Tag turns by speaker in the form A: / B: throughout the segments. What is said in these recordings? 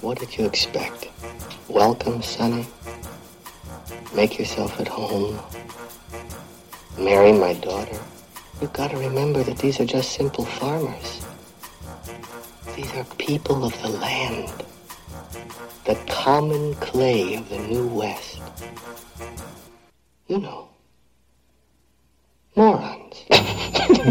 A: What did you expect? Welcome, Sonny. Make yourself at home. Marry my daughter. You've got to remember that these are just simple farmers. These are people of the land. The common clay of the New West. You know. Morons.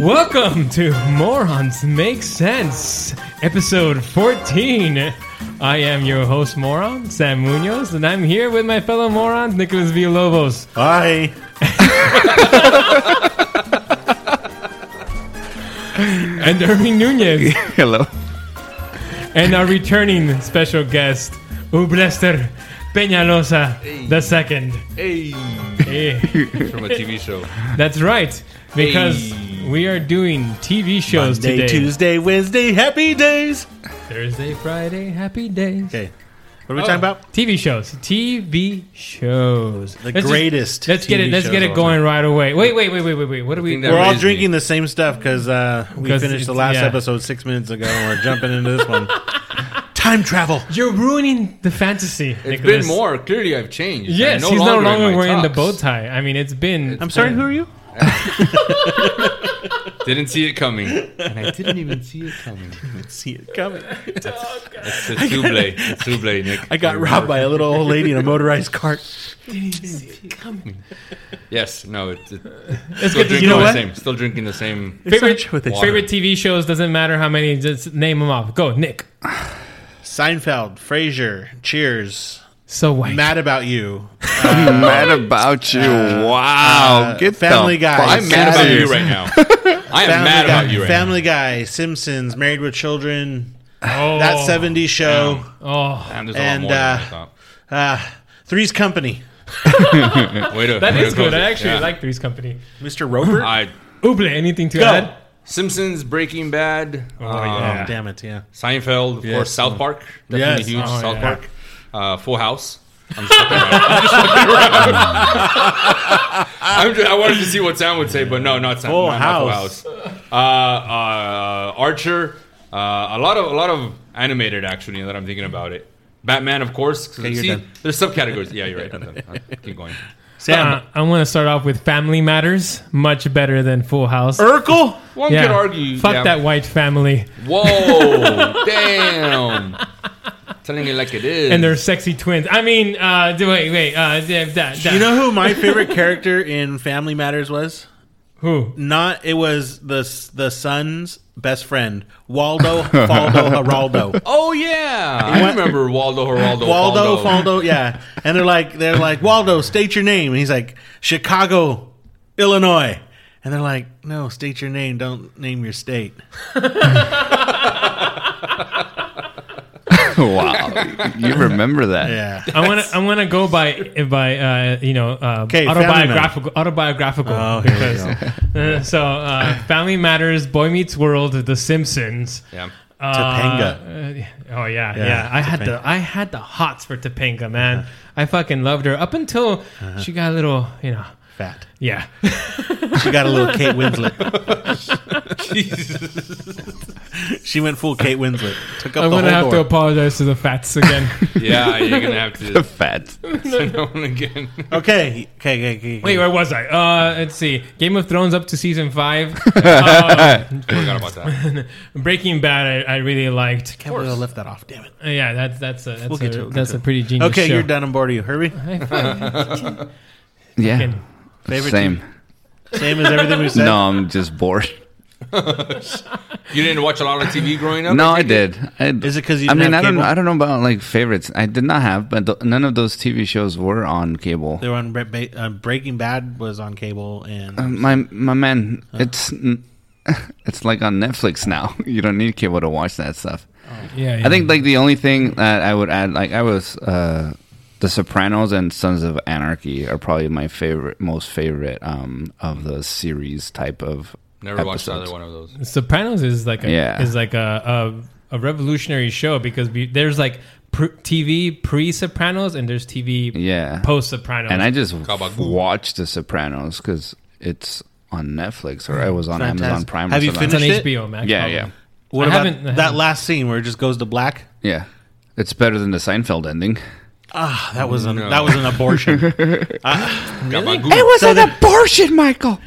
B: Welcome to Morons Make Sense, episode 14. I am your host, Moron, Sam Munoz, and I'm here with my fellow morons, Nicholas Villalobos.
C: Hi.
B: and Irving Nunez,
C: Hello.
B: and our returning special guest, Ublester Peñalosa the second.
D: Hey,
B: Hey,
D: from a TV show.
B: that's right, because we are doing TV shows
C: Monday,
B: today.
C: Tuesday, Wednesday, happy days.
B: Thursday, Friday, happy days.
C: Okay. What are we talking about?
B: TV shows. TV shows.
C: The
B: just-
C: greatest
B: let's get
C: TV
B: it. Let's get it
C: shows on
B: going right away. Wait, wait, wait, wait, wait, wait. What are we?
D: think that
C: We're all
D: raised me.
C: drinking the same stuff because uh, we
B: 'Cause
C: finished the
B: it's-
C: last
B: yeah.
C: episode six minutes ago and we're jumping into this one. Time travel.
B: You're ruining the fantasy.
D: It's
B: Nicholas.
D: been more. Clearly, I've changed.
B: Yes,
D: I'm
B: he's no
D: in
B: longer
D: my
B: wearing the
D: tux.
B: bow tie. I mean, it's been.
C: I'm sorry, who are you?
D: Didn't see it coming, and I didn't even see it coming.
C: Didn't see it coming.
D: It's a double. It's double, Nick.
C: I got
D: You
C: robbed
D: remember.
C: by a little old lady in a motorized cart.
D: Yes, no. It, it,
B: Let's get this
D: still drinking
C: You know
D: the
C: what?
D: same. Still drinking the same.
B: favorite,
C: Such with it.
B: favorite TV shows. Doesn't matter how many. Just name them off. Go, Nick.
C: Seinfeld, Frasier, Cheers,
B: So white.
C: Mad About You,
E: mad about you. wow.
C: uh,
E: Get
C: Family
E: the
C: Guy.
E: fuck
D: I'm mad
E: outta
D: about
E: here.
D: you right now. I am
C: Family
D: mad
C: Guy,
D: about you right
C: Family Guy, Simpsons, Married with Children,
B: Oh,
C: That 70s Show,
B: Oh,
D: now. Damn, there's a
C: And,
D: lot more than I
C: uh,
D: thought.
C: uh, Three's Company,
D: Way to,
B: that
D: way to
B: is good.
D: close
B: I
D: it.
B: actually
D: Yeah.
B: like Three's Company.
C: Mr. Roper.
D: I,
B: Uble, anything to add?
D: Simpsons, Breaking Bad,
C: Oh,
D: um,
C: damn it, yeah.
D: Seinfeld, of course, South Park. Definitely
C: Yes.
D: huge
B: Oh,
D: South
B: yeah.
D: Park. Uh, Full House. I'm just fucking around. I'm just fucking around. I'm ju- i wanted to see what Sam would say, but no, not Sam.
C: Full
D: no, not Full
C: House.
D: House. Uh, uh, Archer. Uh, a lot of a lot of animated actually. Now that I'm thinking about it, Batman, of course. 'cause
C: you're
D: see,
C: done.
D: there's subcategories. Yeah, you're right. I'm done. Uh, Keep going.
C: Sam,
B: Uh, I want to start off with Family Matters. Much better than Full House.
C: Urkel?
D: One
B: Yeah.
D: could argue.
B: Fuck
D: yeah.
B: that white family
D: Whoa, damn! Telling it like it is.
B: and their sexy twins. I mean, uh, d- wait, wait. Uh, d- that, that.
C: You know who my favorite character in Family Matters was?
B: who?
C: Not it was the the son's best friend, Waldo Faldo Geraldo.
D: Oh yeah, I remember Waldo Geraldo.
C: Waldo
D: Faldo.
C: Faldo, yeah. And they're like they're like Waldo, state your name. And he's like Chicago, Illinois. And they're like, no, state your name. Don't name your state.
E: wow. You remember that.
C: Yeah.
B: I want to. I want to go by by uh, you know uh,
C: 'Kay, Family
B: autobiographical. Autobiographical.
C: Oh, here we
B: uh, so uh, Family Matters, Boy Meets World, The Simpsons.
D: Yeah.
C: Topanga.
B: Uh, oh yeah, yeah.
C: Yeah,
B: I had
C: Topanga. Uh-huh.
B: the I had the hots for Topanga, man. I fucking loved her up until she got a little, you know,
C: fat.
B: Yeah.
C: She got a little Kate Winslet. she went full Kate Winslet. Took up
B: I'm
C: the
B: going to
C: whole
B: have
C: door.
B: to apologize to the fats again.
D: Yeah, you're gonna have
E: The
D: to
E: fat.
D: send that one again.
C: okay. Okay, okay, okay.
B: Wait, where was I? Uh, let's see. Game of Thrones up to season five. Um,
D: Forgot about that.
B: Breaking Bad, I, I really liked.
C: Can't believe I left that off. Damn it.
B: Uh, Yeah, that's that's a that's,
C: We'll get
B: a,
C: to it, we'll
B: that's
C: get
B: a
C: to it.
B: pretty genius.
C: Okay,
B: show.
C: you're done. I'm bored of you. Herbie,
E: Yeah.
C: Favorite
E: Same.
C: same as everything we said.
E: No, I'm just bored.
D: You didn't watch a lot of TV growing up.
E: No, I did. I,
C: Is it 'cause you
E: I
C: didn't
E: mean,
C: have
E: I don't.
C: cable?
E: I don't know about like favorites. I did not have, but th- none of those TV shows were on cable.
C: They were on Bre- Ba- uh, Breaking Bad was on cable, and
E: My my man, it's n- it's like on Netflix now. You don't need cable to watch that stuff.
B: Yeah, yeah.
E: I
C: Mm.
E: think like the only thing that I would add, like I was, uh, The Sopranos and Sons of Anarchy are probably my favorite, most favorite um, of the series type of.
D: Never watched
E: episodes.
D: another one of those.
B: Sopranos is like a
E: Yeah.
B: is like a, a a revolutionary show because we, there's like pr- TV pre Sopranos and there's TV
E: Yeah.
B: post Sopranos.
E: And I just
D: Kabagoom.
E: watched The Sopranos because it's on Netflix or I was on
C: Fantastic.
E: Amazon Prime.
C: Have
E: or
C: you
E: something.
B: it's on
C: finished it?
B: HBO Max.
E: Yeah,
B: probably.
E: yeah,
B: I
C: what about
B: haven't- I
C: that
B: haven't.
C: last scene where it just goes to black?
E: yeah. It's better than the Seinfeld ending.
C: Ah, that was an
D: No.
C: that was an abortion.
D: Gabagool.
E: was an abortion, Michael.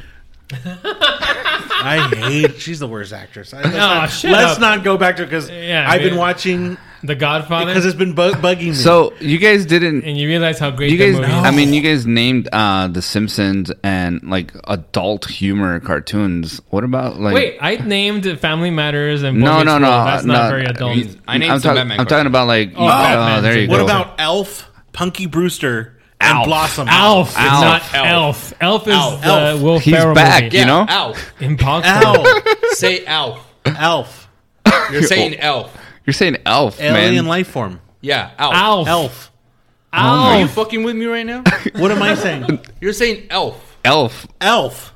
C: I hate. She's the worst actress. I, let's
B: Aw,
C: not,
B: shut
C: let's
B: up.
C: not go back to because
B: Yeah,
C: I've been
B: man.
C: watching
B: The Godfather.
C: because it's been bu- bugging me.
E: So you guys didn't
B: and you realize how great
E: you
B: that
E: guys
B: movie
E: i
B: is.
E: mean you guys named uh the simpsons and like adult humor cartoons what about like
B: Wait, I named Family Matters and Boy
E: no
B: Meets
E: no no
B: World. That's not
E: no,
B: very adult.
E: you-
D: I named
E: i'm,
D: some
E: talk-
D: Batman
E: I'm talking about like oh,
B: Batman's
E: there
B: a-
E: you
C: what
E: go
C: about Elf, Punky Brewster, and
E: Alf.
C: Blossom?
B: Alf, It's
E: Alf.
B: not Elf. Elf is
C: Alf.
B: the
C: Elf.
B: Will
E: He's
B: Ferrell
E: back.
B: movie.
E: You know?
D: Ow.
B: Impossible.
C: Elf,
D: Say ow.
C: Elf,
D: You're saying
E: Oh.
D: elf.
E: you're saying elf
C: alien
E: man
C: life form,
D: Yeah, ow.
B: Alf.
C: Elf.
D: Are you
B: Alf.
D: fucking with me right now?
C: What am I saying?
D: You're saying elf.
E: elf
C: Elf.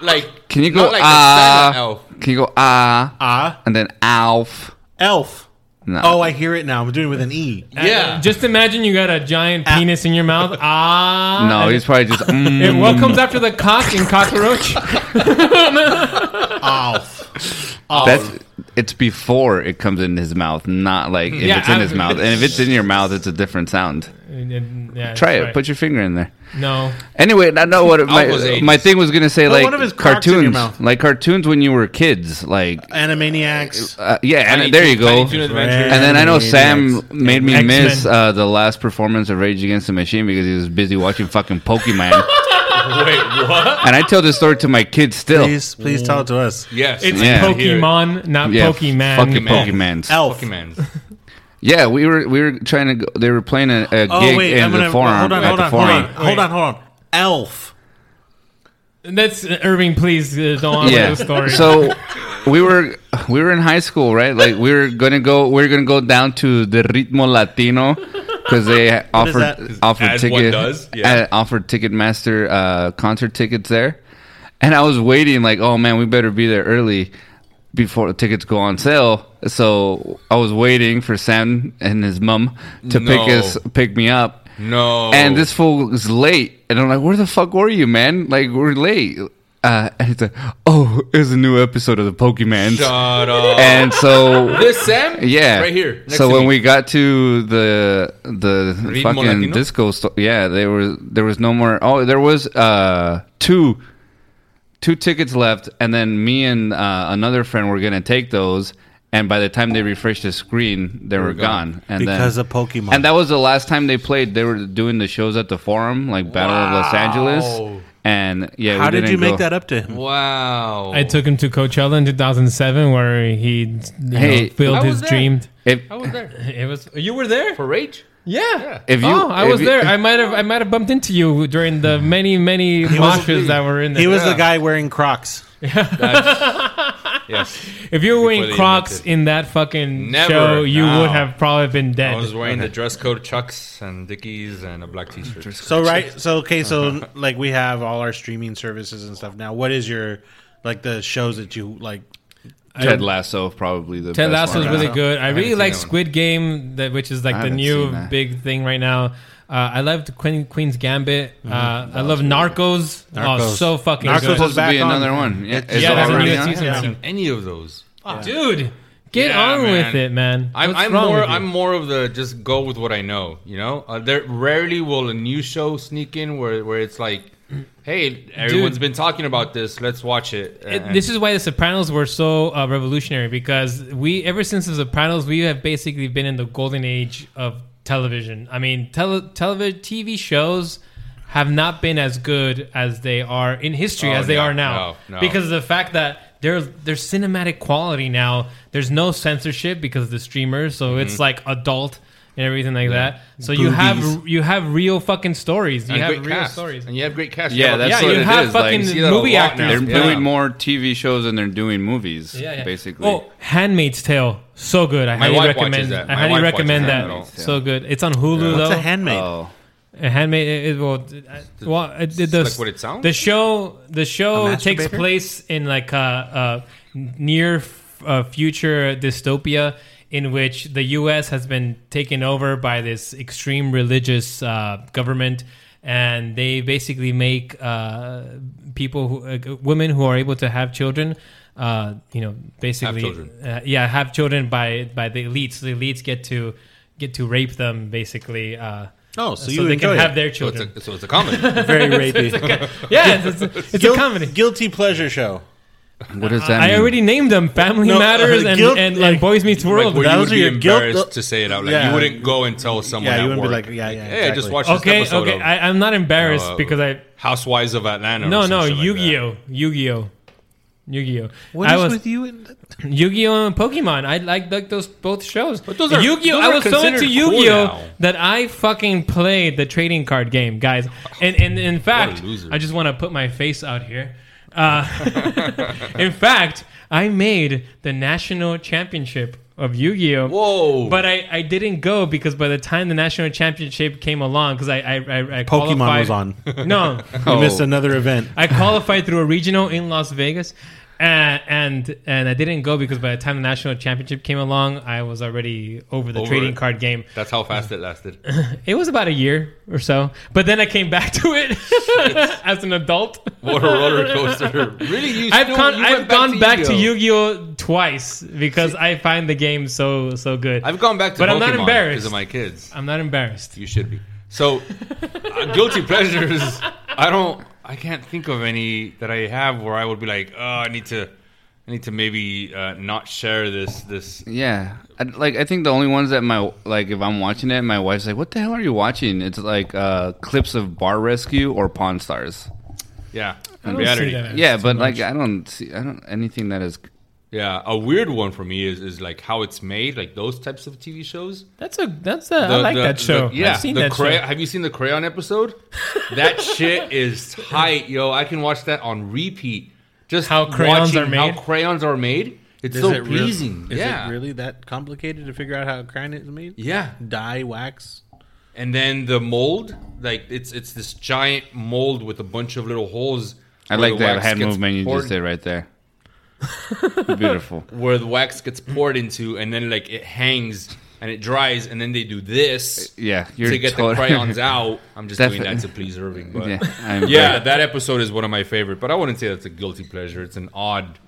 D: Like
E: can you go
D: not like the
E: ah
D: Santa elf?
E: can you go ah
C: Ah,
E: and then alf
C: Elf.
E: no
C: Oh, I hear it now. I'm doing it with an E.
E: uh,
D: Yeah.
B: Just imagine you got a giant penis in your mouth. Ah.
E: no
B: and
E: he's probably just mm,
B: And what comes after the cock in cockroach?
C: Alf.
E: that's it's before it comes in his mouth not like if
B: Yeah,
E: it's in
B: I'm-
E: his mouth and if it's in your mouth it's a different sound
B: Yeah,
E: try it
B: that's
E: put your finger in there
B: right. no.
E: Anyway, I know what
D: was
E: my,
D: eight.
E: my thing was gonna say.
C: Put
E: Like
C: one of his crotch in your
E: cartoons,
C: mouth.
E: like cartoons when you were kids. Like
C: Animaniacs.
E: uh, yeah,
D: Tiny
E: and there you
D: Toon-
E: go.
D: Tiny Toon Adventures.
E: And then I know Sam
C: Animaniacs.
E: made me
B: X-Men.
E: miss uh, the last performance of Rage Against the Machine because he was busy watching fucking Pokemon.
D: Wait, what?
E: and I tell this story to my kids still.
C: Please, please tell it to us.
D: Yes.
B: It's
E: Yeah.
B: Pokemon, not
E: Yeah,
B: Pokemon.
E: fucking
C: Oh.
D: Man.
E: Pokemans.
C: Elf.
D: Pokemon.
E: Yeah, we were we were trying to. Go, they were playing a, a
C: Oh
E: gig
C: wait,
E: in
C: I'm gonna
E: the forum.
C: hold on,
E: at
C: hold
E: the
C: on, hold
E: forum.
C: on, hold on, hold on. Elf.
B: That's Irving. Please uh, don't have
E: yeah.
B: the story.
E: So we were we were in high school, right? Like we were gonna go we were gonna go down to the Ritmo Latino because they
C: is
E: offered
C: that?
E: offered
D: As one
E: ticket
D: does, yeah.
E: uh, offered Ticketmaster uh, concert tickets there, and I was waiting like, oh man, we better be there early before the tickets go on sale. So I was waiting for Sam and his mom to
D: No.
E: pick us pick me up.
D: No.
E: And this fool is late. And I'm like, where the fuck were you, man? Like, we're late. Uh, and he's like, oh, it's a new episode of the Pokemans.
D: Shut up.
E: and so,
D: This Sam?
E: yeah.
D: Right here. next
E: So
D: to
E: when
D: me.
E: we got to the the
D: Ritmo
E: fucking
D: Latino?
E: disco store, yeah, there was there was no more. Oh, there was uh two two tickets left, and then me and uh, another friend were gonna take those. And by the time they refreshed the screen, they were gone.
D: gone.
E: And
C: Because
E: then,
C: of Pokemon.
E: and that was the last time they played. They were doing the shows at the Forum, like Battle of Los Angeles. And yeah,
C: How
E: we
C: did
E: didn't
C: you make
E: go.
C: that up to him?
D: Wow.
B: I took him to Coachella in 2007, where he you
E: Hey,
B: know, filled
D: I was
B: his
D: there.
B: dream.
E: If,
D: I was there.
B: It was you were there.
D: For Rage?
B: Yeah.
E: If you-
B: oh, I
E: if
B: was
E: you-
B: there. I might have I might have bumped into you during the many many
C: was-
B: moshes that were in there.
C: He was the guy wearing Crocs.
D: Yes.
B: if you were wearing
D: they
B: Crocs
D: invented-
B: in that fucking
D: Never,
B: show, you
D: no.
B: would have probably been
D: I
B: dead.
D: was wearing the dress code Chucks and Dickies and a black t shirt.
C: So right, so okay, so
B: Uh-huh.
C: like we have all our streaming services and stuff now. What is your like the shows that you like
E: Ted Lasso probably the
B: Ted
E: best
B: Lasso is
E: one.
B: really good. I, really
E: haven't
B: like
E: seen that one.
B: Squid Game, that, which is like
E: I
B: the
E: haven't
B: new
E: seen that.
B: big thing right now. Uh, I loved Queen, Queen's Gambit.
D: Mm-hmm.
B: Uh, I love Narcos. Oh,
C: Narcos.
B: so fucking
C: Narcos
B: good.
C: was
E: supposed to be
C: back on.
E: another one. Yeah,
C: It's-
E: is
B: Yeah,
E: it
B: that's a
E: already
B: new
E: on?
B: season.
D: I haven't seen any of those.
B: Dude, get
D: Yeah,
B: on
D: man.
B: with it, man.
D: I'm,
B: What's
D: I'm
B: wrong
D: more
B: with you?
D: I'm more of the just go with what I know. You know, uh, there rarely will a new show sneak in where where it's like, hey, everyone's been talking about this. Let's watch it.
B: it, this is why the Sopranos were so uh, revolutionary because we ever since the Sopranos we have basically been in the golden age of television. I mean, tele, television TV shows have not been as good as they are in history
D: Oh,
B: as they
D: no,
B: are now
D: no, no.
B: because of the fact that there's there's cinematic quality now. There's no censorship because of the streamers, so
E: Mm-hmm.
B: it's like adult and everything like that. So you
C: Boobies.
B: have you have real fucking stories. You
D: and
B: have
D: great
B: real
D: cast.
B: stories.
D: and you have great cast.
E: Yeah, that's
B: Yeah,
E: what
B: you
E: it
B: have
E: is, like,
B: fucking
E: see that a
B: movie
E: lot
B: actors.
E: now. They're
B: Yeah.
E: doing more TV shows than they're doing movies,
B: Yeah, yeah.
E: basically.
B: Oh, Handmaid's Tale, so good. I
D: My
B: highly
D: wife watches
B: recommend.
D: that.
B: I
D: My
B: highly
D: wife watches
B: recommend that.
D: Handmaid's
E: Tale.
B: So good. It's on Hulu
C: What's
B: though.
C: a handmaid?
E: Oh.
B: A Handmaid. It, it, well, it- well, it, it, the,
D: like what it sounds?
B: The show. The show
C: A
B: takes
C: masturbator?
B: place in like a, a near f- uh, future dystopia in which the U.S. has been taken over by this extreme religious uh, government. And they basically make uh, people, who, uh, women who are able to have children, uh, you know, basically,
D: children.
B: uh, yeah, have children by by the elites. The elites get to get to rape them, basically. Uh,
C: Oh, so you
B: they
C: enjoy
B: can
C: it.
B: have their
D: So it's,
B: children.
D: a, so it's a comedy.
C: Very rapey.
B: yeah, it's, it's, it's a
C: Guil-
B: comedy.
C: Guilty pleasure show.
E: What does that
B: I
E: mean?
B: already named them: Family
C: No,
B: Matters and,
C: guilt,
B: and,
C: like-
B: and Boys Meets World.
D: like, where
C: That
D: you
C: was
D: would be
C: your guilt-
D: embarrassed to say it out loud.
C: Yeah.
D: You wouldn't go and tell someone.
C: Yeah, you
D: at
C: wouldn't be
D: work,
C: like, yeah, yeah,
D: Hey, just
C: exactly.
D: watch this
B: okay,
D: episode
B: okay,
D: of
B: I, I'm not embarrassed
D: uh,
B: because I
D: Housewives of Atlanta. or
B: no
D: some
B: no
D: shit like that.
B: Yu-Gi-Oh, Yu-Gi-Oh, Yu-Gi-Oh.
C: What
B: I
C: is
B: was
C: with you? And
B: Yu-Gi-Oh and Pokemon. I like like those both shows. But
D: those are-
B: Yu-Gi-Oh.
D: those
B: I
D: are
B: was so into
D: considered cool
B: Yu-Gi-Oh
D: now.
B: that I fucking played the trading card game, guys. And and in fact,
D: loser.
B: I just want to put my face out here. Uh, in fact, I made the national championship of Yu-Gi-Oh.
D: Whoa.
B: But I, I didn't go because by the time the national championship came along, because I I, I, I
C: Pokemon
B: qualified-
C: was on. You
B: No,
E: Oh.
C: missed another event.
B: I qualified through a regional in Las Vegas, and and, and I didn't go because by the time the national championship came along, I was already over the
D: Over
B: trading
D: it.
B: card game.
D: That's how fast it lasted.
B: It was about a year or so, but then I came back to it as an adult.
D: what a roller coaster! Really, you
B: I've
D: still,
B: gone,
D: you
B: I've
D: went
B: gone back to
D: Yu-Gi-Oh.
B: Yu-Gi-Oh twice because I find the game so so good.
D: I've gone back to
B: But
D: Pokemon
B: I'm not embarrassed.
D: because of my kids.
B: I'm not embarrassed.
D: You should be. So, uh, guilty pleasures. I don't. I can't think of any that I have where I would be like, oh, I need to, I need to maybe uh, not share this. This.
E: Yeah, I, like I think the only ones that my like if I'm watching it, my wife's like, "What the hell are you watching?" It's like uh, clips of Bar Rescue or Pawn Stars.
D: Yeah.
B: I don't
D: reality.
B: see that.
E: yeah, but like I don't see I don't anything that is.
D: Yeah. A weird one for me is is like how it's made, like those types of TV shows.
B: That's a that's a I like
D: the-
B: that show.
D: the- yeah,
B: I've seen
D: the
B: that
D: Cray-
B: show.
D: Have you seen the Crayon episode? that shit is tight, yo. I can watch that on repeat. Just
B: How crayons
D: watching
B: are made?
D: How crayons are made. It's so pleasing.
C: Is
D: yeah.
C: it really that complicated to figure out how crayon is made?
D: Yeah.
C: Dye, wax.
D: And then the mold, like it's it's this giant mold with a bunch of little holes.
E: I
D: where
E: like
D: the
E: that
D: wax
E: hand
D: gets
E: movement you
D: poured-
E: just did right there. Beautiful.
D: Where the wax gets poured into, and then like it hangs and it dries, and then they do this.
E: Yeah,
D: to get the
E: totally-
D: crayons out. I'm just doing that
E: Definitely.
D: to please Irving, but
E: Yeah,
D: yeah,
E: I'm-
D: that episode is one of my favorite. But I wouldn't say that's a guilty pleasure. It's an odd.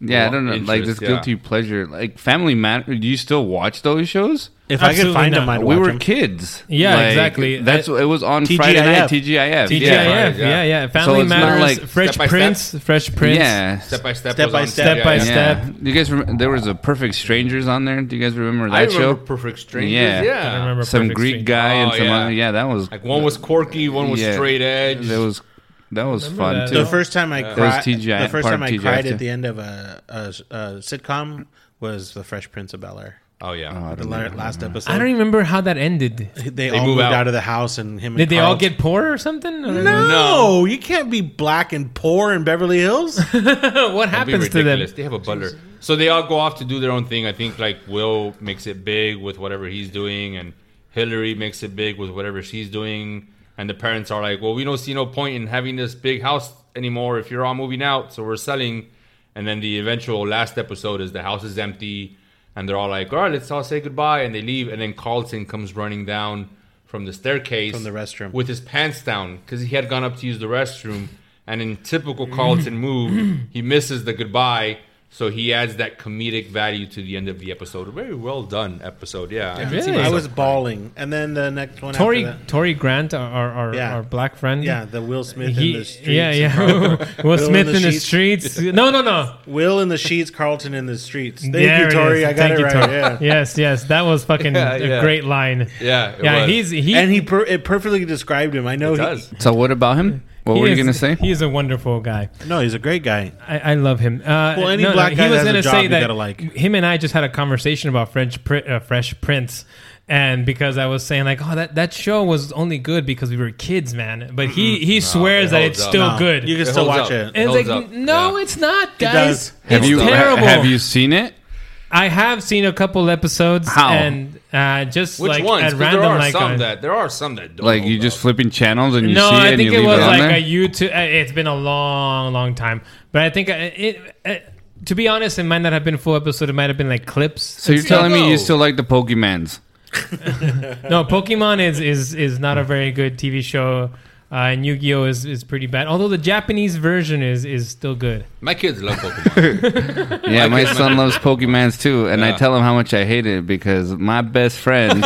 E: Yeah, I don't know. like this
D: Interest, yeah.
E: guilty pleasure, like Family Matter. Do you still watch those shows?
C: If I
B: Absolutely
C: could find
B: not.
C: them, I'd
E: we
C: watch
E: were
C: them.
E: kids.
B: Yeah,
E: Like,
B: exactly.
E: That's it was on
C: TGIF.
E: Friday night. TGIF.
B: TGIF,
E: Yeah.
B: yeah,
D: right,
B: yeah,
D: yeah.
B: yeah.
E: So
B: Family
E: it's not
B: Matters,
E: like
B: Fresh
D: step by step?
B: Prince, Fresh Prince.
E: Yeah.
D: Step by step.
C: Step
D: was
C: by
D: on
C: step.
B: Step by
D: TGIF.
B: step.
E: Yeah. You guys remember there was a Perfect Strangers on there? Do you guys remember that
D: I remember
E: show?
D: Perfect Strangers.
E: Yeah.
D: Yeah,
B: I remember
E: Some
B: Perfect
E: Greek
B: Strangers.
E: guy and
D: Oh,
E: some
D: yeah.
E: other. Yeah, that was
D: Like one was quirky, one was
E: yeah.
D: straight edge.
E: That was that was fun
B: that.
E: too.
C: The first time I cried,
E: was TGI
C: the first
E: part
C: time I
E: TGIF
C: cried
E: too.
C: at the end of a, a, a sitcom was The Fresh Prince of Bel Air.
D: oh yeah.
C: The la- last episode,
B: I don't even remember how that ended.
C: they, all
D: move
C: moved
D: out.
C: out. of the house, and him. And
B: Did they all
C: Carl-
B: get poor or something?
C: No,
D: No.
C: you can't be black and poor in Beverly Hills.
B: what
D: That'd be
B: happens to them?
D: ridiculous. They have a butler, so they all go off to do their own thing. I think like Will makes it big with whatever he's doing, and Hillary makes it big with whatever she's doing. And the parents are like, "Well, we don't see no point in having this big house anymore if you're all moving out, so we're selling." And then the eventual last episode is the house is empty, and they're all like, "All right, let's all say goodbye," and they leave. And then Carlton comes running down from the staircase
C: From the restroom.
D: with his pants down because he had gone up to use the restroom. And in typical Carlton move, he misses the goodbye. So he adds that comedic value to the end of the episode. Very well done episode, yeah. I can see
B: Really?
C: I
D: myself
C: was
D: crying.
C: bawling, and then the next one.
B: Tory
C: after that,
B: Tory Grant, our our, our,
C: Yeah.
B: our black friend.
C: yeah, the Will Smith
B: He-
C: in the streets.
B: yeah,
C: Carl-
B: yeah. Will
C: in
B: Smith
C: the
B: in the
C: sheets.
B: streets. No, no, no.
C: Will in the sheets, Carlton in the streets. Thank
B: There
C: you,
B: it
C: Tori.
B: is.
C: I got
B: Thank
C: it
B: you,
C: right.
B: Tori.
C: Yeah.
B: Yes, yes. That was fucking
D: Yeah,
B: a
D: yeah.
B: great line.
D: Yeah, it
B: yeah.
D: was.
B: He's he.
C: And he per- it perfectly described him. I know
D: It
C: he
D: does.
E: So what about him? What
B: he
E: were you
B: is-
E: gonna say?
B: He is a wonderful guy.
C: No, he's a great guy.
B: I, I love him. Uh,
C: Well, any
B: no, no,
C: black guy
B: he was
C: that has a
B: gonna
C: job,
B: say
C: you
B: that
C: gotta like.
B: him and I just had a conversation about French Pri- uh, Fresh Prince, and because I was saying like, oh, that, that show was only good because we were kids, man. But he he swears
D: it
B: that
D: holds
B: it's
D: up.
B: still
C: No,
B: good.
C: You can
D: It
C: still
D: holds
C: watch
D: up.
B: and
C: it.
B: it's
D: holds
B: like,
D: up.
B: no,
D: Yeah.
B: it's not,
C: does.
B: guys.
E: Have
B: it's
E: you ha-
B: terrible.
E: have you seen it?
B: I have seen a couple episodes.
E: How?
B: And uh, just
D: Which
B: like
D: ones?
B: at
D: 'Cause
B: random,
D: there are
B: like
D: some
B: on-
D: that there are some that don't
E: Like
D: hold
E: you just
D: up.
E: flipping channels and you
B: no,
E: see it
B: I
E: and
B: think
E: you
B: it
E: leave
B: was
E: it on
B: like
E: there.
B: a YouTube. uh, It's been a long, long time, but I think uh, it. Uh, to be honest, it might not have been full episode. It might have been like clips.
E: so you're telling me
D: No.
E: you still like the Pokemans?
B: no, Pokemon is is is not a very good TV show. Uh, and Yu-Gi-Oh is, is pretty bad. Although the Japanese version is is still good.
D: my kids love Pokemon.
E: Yeah, my son loves Pokemans too, and I
D: Yeah.
E: tell him how much I hate it because my best friend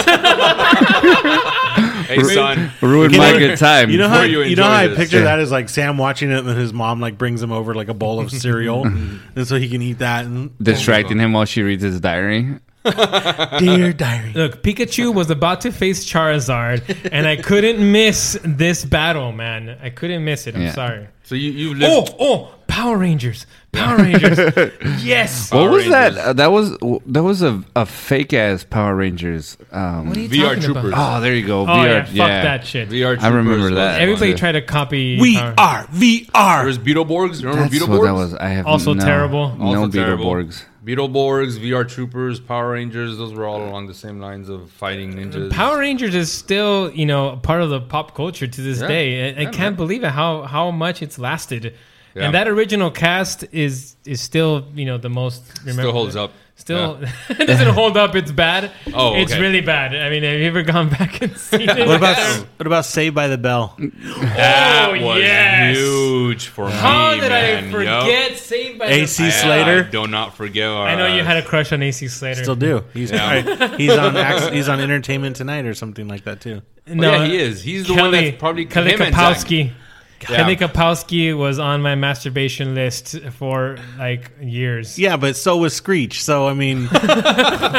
D: hey son,
E: ruined my
C: know-
E: good time.
C: You know how
D: Before you
C: you, know
D: enjoy
C: how I
D: this.
C: picture
E: Yeah.
C: that is like Sam watching it, and then his mom like brings him over like a bowl of cereal, and so he can eat that. And
E: distracting him while she reads his diary.
C: dear diary,
B: Look, Pikachu was about to face Charizard, and I couldn't miss this battle, man. I couldn't miss it. I'm
E: Yeah.
B: sorry.
D: so you you
B: Oh,
D: lived.
B: oh, Power Rangers, Power Rangers. yes.
E: What
D: Power
E: was that?
D: Rangers.
E: Uh, that was that was a, a fake ass Power Rangers. Um,
B: What are you
D: VR
B: talking about?
D: Troopers.
E: oh, there you go.
B: Oh, yeah, fuck that shit.
D: VR
E: I remember
D: Troopers was
E: that.
B: Everybody
E: Yeah.
B: tried to copy.
C: we
B: Power-
C: are
D: There
C: VR.
D: was Beetleborgs. Remember
E: That's
D: Beetleborgs?
E: what that was. I have
B: Also
E: no,
B: terrible.
E: No
D: Also terrible.
E: Beetleborgs.
D: Beetleborgs, VR Troopers, Power Rangers. Those were all along the same lines of fighting ninjas.
B: Power Rangers is still, you know, a part of the pop culture to this
D: Yeah.
B: day. I, I
D: Yeah,
B: can't
D: man.
B: believe it how how much it's lasted.
D: Yeah.
B: And that original cast is is still, you know, the most remember
D: still holds up.
B: Still it doesn't hold up, it's bad.
D: Oh,
B: it's
D: okay.
B: really bad. I mean, have you ever gone back and seen it? Oh,
C: What about what about Saved by the Bell?
D: That was
B: yes.
D: huge for
B: How
D: me,
B: did I
D: man.
B: forget Saved by
C: AC
B: the
D: Yo.
C: Slater?
D: I do not forget.
B: I know you had a crush on AC Slater.
C: Still do. He's he's on Ax- he's on Entertainment Tonight or something like that too.
B: No,
D: yeah, he is. He's the one that's probably
B: Kelly
D: him and Zach.
B: Kapowski. Kelly Kapowski was on my masturbation list for like years.
C: Yeah, but so was Screech. So I mean,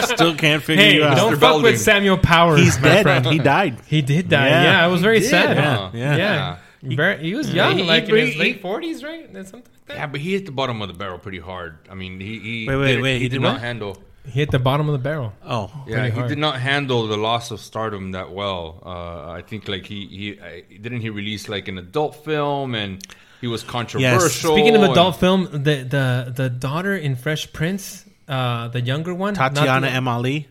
C: still can't figure
B: Hey,
C: you out.
B: don't
D: Mr.
B: fuck
D: Belding.
B: with Samuel Powers.
C: he's
B: my
C: dead.
B: friend.
C: He died.
B: He did die. Yeah,
C: Yeah.
B: I was very sad.
D: huh?
C: Yeah.
B: Yeah. Very- he was
D: Yeah,
B: young,
D: he-
B: like
D: he-
B: in his
D: he-
B: late forties, right? Or Something like that.
D: Yeah, but he hit the bottom of the barrel pretty hard. I mean, he, he
C: Wait, wait,
D: did it-
C: wait,
D: He,
C: he
D: did
C: did
D: not
C: what?
D: handle.
B: He hit the bottom of the barrel.
C: Oh,
D: Yeah, he did not handle the loss of stardom that well. Uh, I think like he he I, didn't he release like an adult film and he was controversial.
B: Speaking of adult
D: and-
B: film, the the the daughter in Fresh Prince, uh, the younger one, not the-
C: Tatiana M. Ali.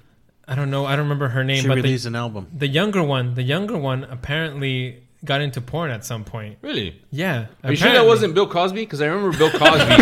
B: I don't know. I don't remember her name,
C: She
B: but the-
C: released an album.
B: the younger one, the younger one, apparently got into porn at some point.
D: really,
B: Yeah.
D: are you sure that
B: apparently.
D: wasn't Bill Cosby? Because I remember Bill Cosby.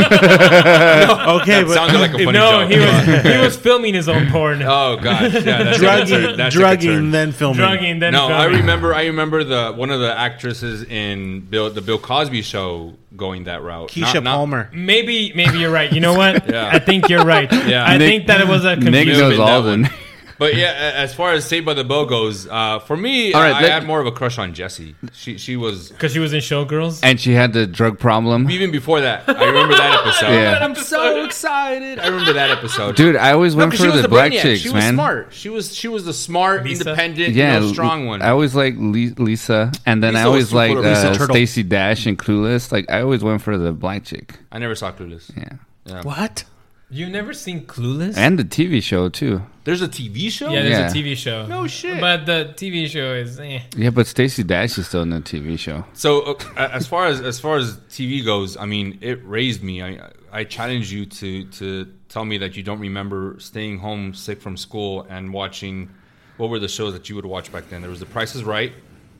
C: Okay,
D: that sounded like a funny
B: No,
D: joke.
B: he was he was filming his own porn,
D: Oh gosh, yeah, that's a good turn.
C: drugging,
D: That's a good turn.
C: drugging, then filming.
B: drugging, then
D: no, I
B: filming.
D: remember. I remember the one of the actresses in Bill the Bill Cosby show going that route.
C: Keisha
D: Not- not-
C: Palmer.
B: Maybe maybe you're right. You know what?
D: Yeah.
B: I think you're right. I
E: Nick-
B: think that it was a
E: Nick
B: confusion.
E: knows
D: that
E: all the.
D: one. But yeah, a- as far as Saved by the Bell goes, uh, for me,
E: All right,
D: I, I
E: let-
D: had more of a crush on Jessie. She she was
B: Because she was in Showgirls.
E: And she had the drug problem.
D: even before that. I remember that episode.
E: Yeah.
D: I'm so excited. I remember that episode.
E: Dude, I always
D: No,
E: went
D: 'cause
E: for
D: she was
E: the, black
D: brainiac.
E: chicks,
D: She was
E: man.
D: smart. She was she was the smart,
B: Lisa?
D: independent,
E: Yeah,
D: you know, strong
E: L-
D: one.
E: I always like Lisa, and then I
D: Lisa was
E: always
D: super-
E: like
C: Lisa
E: uh,
C: Turtle.
E: Stacy Dash and Clueless. Like I always went for the black chick.
D: I never saw Clueless.
E: Yeah,
C: What?
B: You never seen Clueless?
E: and the TV show too.
D: There's a TV show.
B: yeah, there's a
E: Yeah.
B: TV show.
D: No shit.
B: But the TV show is eh.
E: Yeah, but Stacy Dash is still in the TV show.
D: So uh, as far as as far as TV goes, I mean, it raised me. I I challenge you to to tell me that you don't remember staying home sick from school and watching. What were the shows that you would watch back then? There was The Price is Right.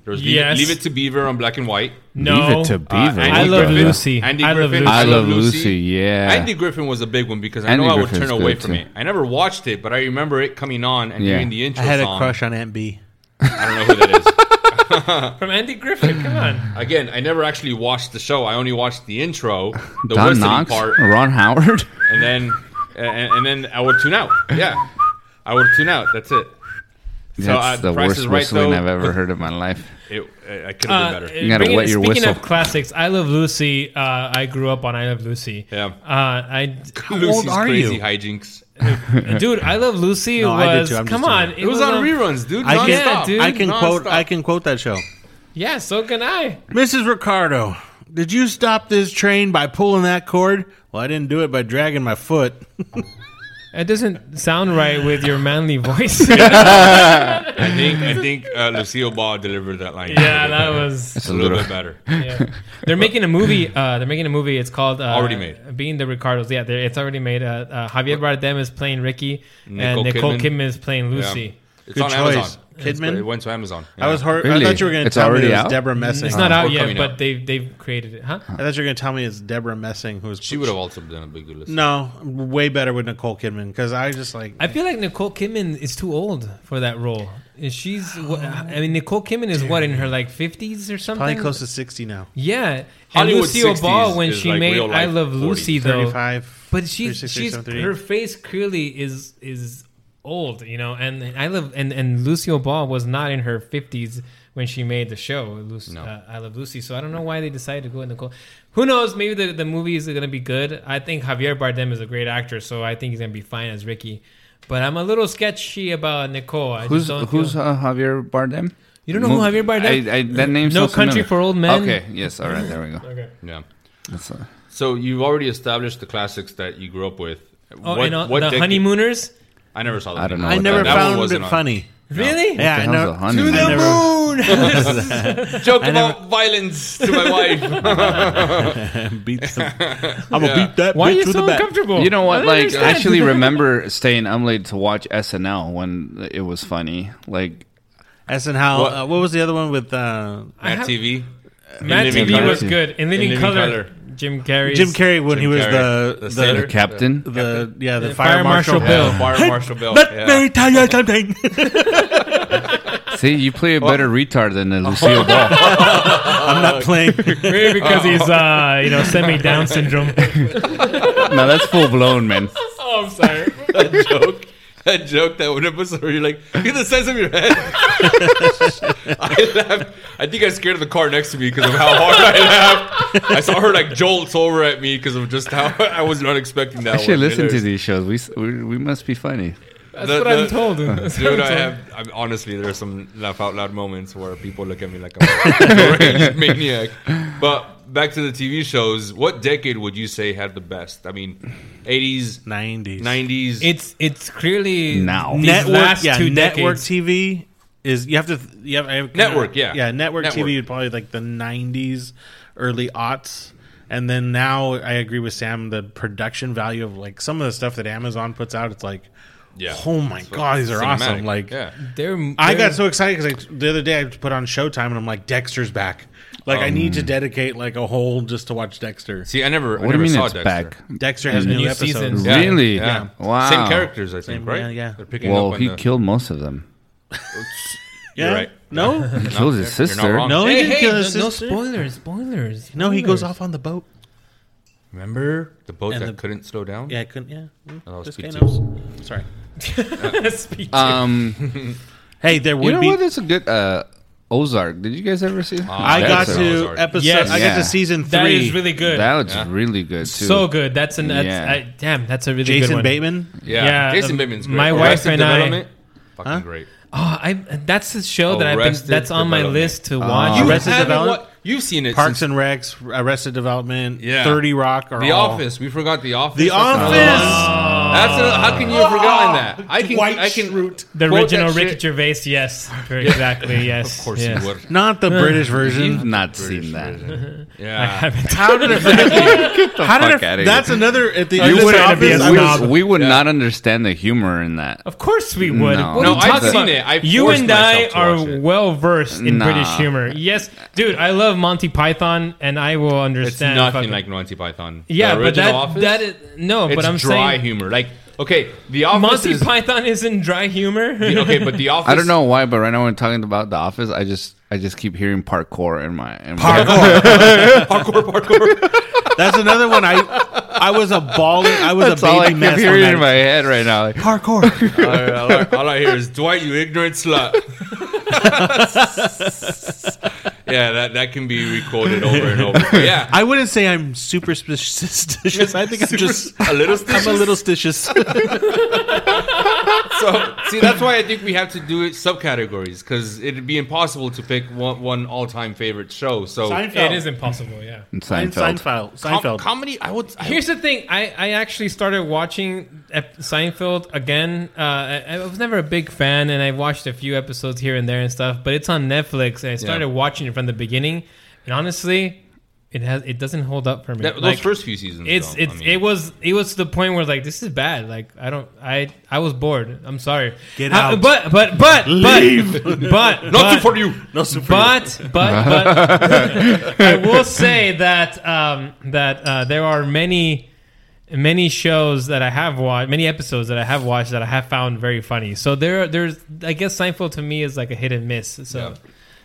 D: There's Leave,
B: Yes.
D: it, Leave It to Beaver on black and white. Uh,
B: No. Uh,
E: Leave it to Beaver.
D: Andy
B: I love
D: Griffin.
B: Lucy.
D: Andy
B: I love
D: Griffin.
B: Lucy.
E: I Love Lucy, yeah.
D: Andy Griffin was a big one because I
E: Andy
D: know I
E: Griffin's
D: would turn away
E: good,
D: from
E: too.
D: it. I never watched it, but I remember it coming on and
E: Yeah.
D: hearing the intro
C: I had a
D: song.
C: crush on Aunt B.
D: I don't know who that is.
B: From Andy Griffin. Come on.
D: Again, I never actually watched the show. I only watched the intro, the
E: Don
D: whistling
E: Knox,
D: part,
E: Ron Howard.
D: and then and, and then I would tune out. Yeah, I would tune out. That's it. So,
E: That's
D: uh,
E: the
D: Price
E: worst
D: is Right,
E: whistling
D: though,
E: I've ever
D: but-
E: heard in my life.
D: It, I could have
C: Uh,
D: done better.
E: You gotta
B: bringing-
E: wet your
B: Uh, speaking
E: whistle.
B: of classics, I Love Lucy. Uh, I grew up on I Love Lucy.
D: Yeah.
B: Uh, I,
D: Lucy's
C: old are
D: crazy
C: you?
D: hijinks.
B: dude, I Love Lucy
C: No, I did
B: was
C: too. I'm just
B: come
C: doing
B: on.
C: it.
D: It was on reruns, dude.
C: I can,
B: Yeah,
D: nonstop.
B: dude,
C: I can quote.
D: Nonstop.
C: I can quote that show.
B: Yeah, so can I.
C: Mrs. Ricardo, did you stop this train by pulling that cord? Well, I didn't do it by dragging my foot.
B: It doesn't sound right with your manly voice.
D: I think I think uh, Lucille Ball delivered that line.
B: yeah, that was.
D: a little bit better.
B: Yeah. They're making a movie. Uh, they're making a movie. It's called uh,
D: Already made.
B: Being the Ricardos. Yeah, they're- it's already made. Uh, uh, Javier Bardem is playing Ricky,
D: Nicole
B: and Nicole
D: Kidman.
B: Kidman. is playing
D: Yeah.
B: Lucy.
D: It's
C: Good
D: on
C: choice.
D: Amazon. It's-
C: Kidman?
D: It went to Amazon.
C: I was hor-
E: Really?
C: I thought you were going to
E: It's
C: tell me
E: already
C: it was
E: out?
C: Deborah Messing.
B: It's not out
D: Or
B: yet,
D: coming
B: but
D: out.
B: they've they've created it, huh?
C: I thought you were going to tell me it's Deborah Messing who's
D: She would have also done a big list.
C: No, way better with Nicole Kidman because I just like
B: I feel like Nicole Kidman is too old for that role. Is She's, what, I mean, Nicole Kidman is what in her like fifties or something.
C: probably close to sixty now.
B: Yeah, and
D: Hollywood
B: Lucille
D: 60s
B: Ball when
D: is
B: she
D: like
B: made
D: real
B: I
D: life
B: Love
D: 40s,
B: Lucy though,
C: Thirty-five,
B: but she's
C: 36,
B: she's
C: 37,
B: her face clearly is is old, you know. And I love and and Lucille Ball was not in her fifties when she made the show Lucy, uh, I Love Lucy. So I don't know why they decided to go in the cold. Who knows? Maybe the the movie is going to be good. I think Javier Bardem is a great actor, so I think he's going to be fine as Ricky. But I'm a little sketchy about Nicole. I
E: Who's
B: just don't
E: who's
B: feel-
E: uh, Javier Bardem?
B: you don't know who
E: Mo-
B: Javier Bardem?
E: I, I, that name.
B: No
E: sounds
B: Country
E: familiar.
B: for Old Men.
E: Okay. Yes. All right. There we go.
B: okay.
D: Yeah.
E: That's, uh,
D: So you've already established the classics that you grew up with.
B: Oh, and all, the
D: decade-
B: honeymooners.
D: I never saw that.
E: I don't know
C: I
E: what
C: never
E: that
D: one
C: found
D: wasn't
C: it
D: on.
C: funny.
B: Really?
C: Yeah, I
E: hell's a
C: know.
E: honey To the
C: I never-
D: Joke about violence to my wife.
C: beat them. I'm gonna beat that
B: Why are
C: bitch
B: you
C: with
B: so
C: a bat.
B: uncomfortable?
E: You know
B: I
E: what?
B: don't
E: Like, I
B: understand.
E: actually remember staying up late to watch SNL when it was funny. Like,
C: As in how?
D: What-
C: What? Uh, what was the other one with uh,
D: Matt
B: have-
D: TV. In
B: Matt
D: Living
B: TV
D: Color.
B: was good. In Living,
D: Living
B: Color,
D: Color.
B: Jim Carrey.
C: Jim Carrey when
D: Jim
C: he was
D: Carrey,
C: the
D: the
C: the,
D: sailor.
C: the,
E: Captain.
C: yeah the
B: Fire
C: fire
B: Marshal
C: marshal
B: Bill.
D: Yeah, Fire Marshal Bill.
C: Let
D: yeah.
C: me tell you something.
E: See, you play a better retard than the Lucille Ball.
C: I'm not playing.
B: Maybe because he's uh, you know semi Down syndrome.
E: no, that's full blown, man.
B: oh, I'm sorry.
D: that joke. That jook, that one episode where you're like, look at the size of your head. I laughed. I think I scared the car next to me because of how hard I laughed. I saw her like jolts over at me because of just how I was not expecting that.
E: I should
D: one.
E: listen to
D: Hilarious.
E: these shows. We s- we, we must be funny.
B: That's
D: The-
B: what
D: the-
B: I'm told. That's what
D: Dude, I
B: I'm told.
D: have I'm, honestly there's some laugh out loud moments where people look at me like I'm a maniac. But back to the TV shows, what decade would you say had the best? I mean, 80s,
C: Nineties.
D: 90s.
B: It's it's clearly
E: Now.
B: these
C: Network.
B: last
C: yeah,
B: two
C: network
B: decades.
C: TV is you have to. You have, I have
D: Network, yeah.
C: yeah. Network,
D: Network.
C: TV is probably like the nineties, early aughts. And then now I agree with Sam. The production value of like some of the stuff that Amazon puts out, it's like,
D: Yeah.
C: oh my
D: It's
C: god, these are
D: cinematic.
C: awesome! Like,
D: yeah.
B: They're,
C: I got
B: they're-
C: so excited because the other day I put on Showtime and I'm like, Dexter's back. Like I need to dedicate like a whole just to watch Dexter.
D: See, I never I
E: What do
D: never
E: you mean
D: saw
E: it's
D: Dexter.
E: back?
C: Dexter has
B: new
C: new episodes.
B: seasons.
D: Yeah,
E: Really?
D: Yeah.
E: Wow.
D: Same characters, I think,
C: Same,
D: right?
C: yeah, yeah.
D: They're picking
E: Well,
D: up on
E: he
D: the-
E: killed most of them.
C: Yeah.
D: You're right.
C: No.
E: He killed his
D: you're not
E: sister.
D: wrong.
C: No, he
B: Hey,
C: didn't
B: hey,
C: kill
B: no,
C: his
B: no
C: sister.
B: spoilers, spoilers,
C: No, he goes
B: spoilers.
C: off on the boat.
D: Remember the boat
C: And
D: that
C: the-
D: couldn't slow down?
C: Yeah, I couldn't. Yeah. Mm,
D: Oh,
C: just
D: speed
C: can't help. Sorry.
B: Speak
C: uh,
B: to-
E: Um,
C: Hey, there
E: you
C: would
E: know
C: be.
E: what? It's a good uh, Ozark. Did you guys ever see? that?
C: Ah, I
D: Oh,
C: got
D: that's
C: to
D: Ozark.
C: episode.
B: Yes.
C: I got
E: Yeah.
C: to season three.
B: that is really good.
E: That was really good too.
B: so good. That's an that's,
E: Yeah.
B: I, damn. That's a really good
C: Jason
B: one.
C: Bateman.
D: Yeah.
B: Yeah,
D: Jason
B: um,
D: Bateman's great.
B: my wife
D: Arrested
B: and I-
D: Development, Fucking great.
B: Oh, I that's the show that I've been
D: Arrested
B: that's on my
D: Development.
B: list to watch.
C: Oh. You Arrested
D: haven't
C: Development?
D: wa- You've seen it.
C: Parks
D: since
C: and Recs, Arrested Development,
D: Yeah.
C: Thirty Rock, are
D: The
C: all-
D: Office. We forgot The Office.
C: The
D: That's another
C: Office.
D: That's another- how can you have forgotten that? I can.
C: Dwight
D: I can
C: Schrute.
B: The
D: quote that
B: original Ricky
D: shit.
B: Gervais, yes, exactly, yes.
D: Of course
B: yes.
D: you would.
C: Not the British version.
E: You've not
D: British
E: seen that.
D: version.
B: I
D: Yeah.
B: haven't.
C: How did it? How did
E: fuck outta
C: it?
E: here.
C: That's another. At the
B: I'm
C: end
B: just
C: of the
B: trying to be a
C: office, I
B: snob.
C: was-
B: Stop.
E: We would not understand the humor in that.
B: Of course we would.
E: No.
B: What
E: No,
B: are you talking
E: I've seen
B: about?
D: it. I
B: you
D: forced
B: and I
D: myself to watch
B: are
D: it.
B: well versed in
E: Nah.
B: British humor. Yes, dude, I love Monty Python, and I will
D: It's
B: understand.
D: nothing
B: fucking-
D: like Monty Python.
B: yeah,
D: the
B: but
D: original
B: that
D: Office.
B: that is, no,
D: it's
B: but I'm
D: dry
B: saying
D: humor. Like okay, the Office
B: Monty
D: is
B: Python isn't dry humor.
D: okay, but the Office.
E: I don't know why, but right now when talking about The Office, I just I just keep hearing parkour in my. In My,
C: Parkour.
D: Parkour, parkour.
C: That's another one. I I was a balling. I was
E: that's
C: a baby
E: all I keep
C: mess.
E: hearing in
C: on that.
E: my head right now. Like,
C: Parkour.
D: all, I, all, I, all I hear is Dwight, you ignorant slut. yeah, that that can be recorded over and over. Yeah,
C: I wouldn't say I'm super superstitious. I think I'm just
D: a little.
C: I'm a little stitious.
D: So see, that's why I think we have to do it subcategories because it'd be impossible to pick one, one all-time favorite show. So
B: it is impossible. Yeah.
E: Seinfeld.
C: Seinfeld.
D: Com-
C: Seinfeld.
D: comedy, I would. I,
B: Here's the thing. I, I actually started watching ep- Seinfeld again. Uh, I, I was never a big fan, and I watched a few episodes here and there and stuff. But it's on Netflix, and I started
D: Yeah.
B: watching it from the beginning. And honestly, it has it doesn't hold up for me.
D: that, those
B: Like,
D: first few seasons.
B: it's
D: though, I
B: it's
D: mean.
B: it was it was to the point where like this is bad. Like I don't I I was bored. I'm sorry.
C: Get
B: How-
C: out.
B: But but but but
C: Leave.
B: but
D: Nothing
B: but-
D: for you.
C: No super.
B: but but but I will say that um, that uh, there are many many shows that I have watched, many episodes that I have watched that I have found very funny. So there there's I guess Seinfeld to me is like a hit and miss. So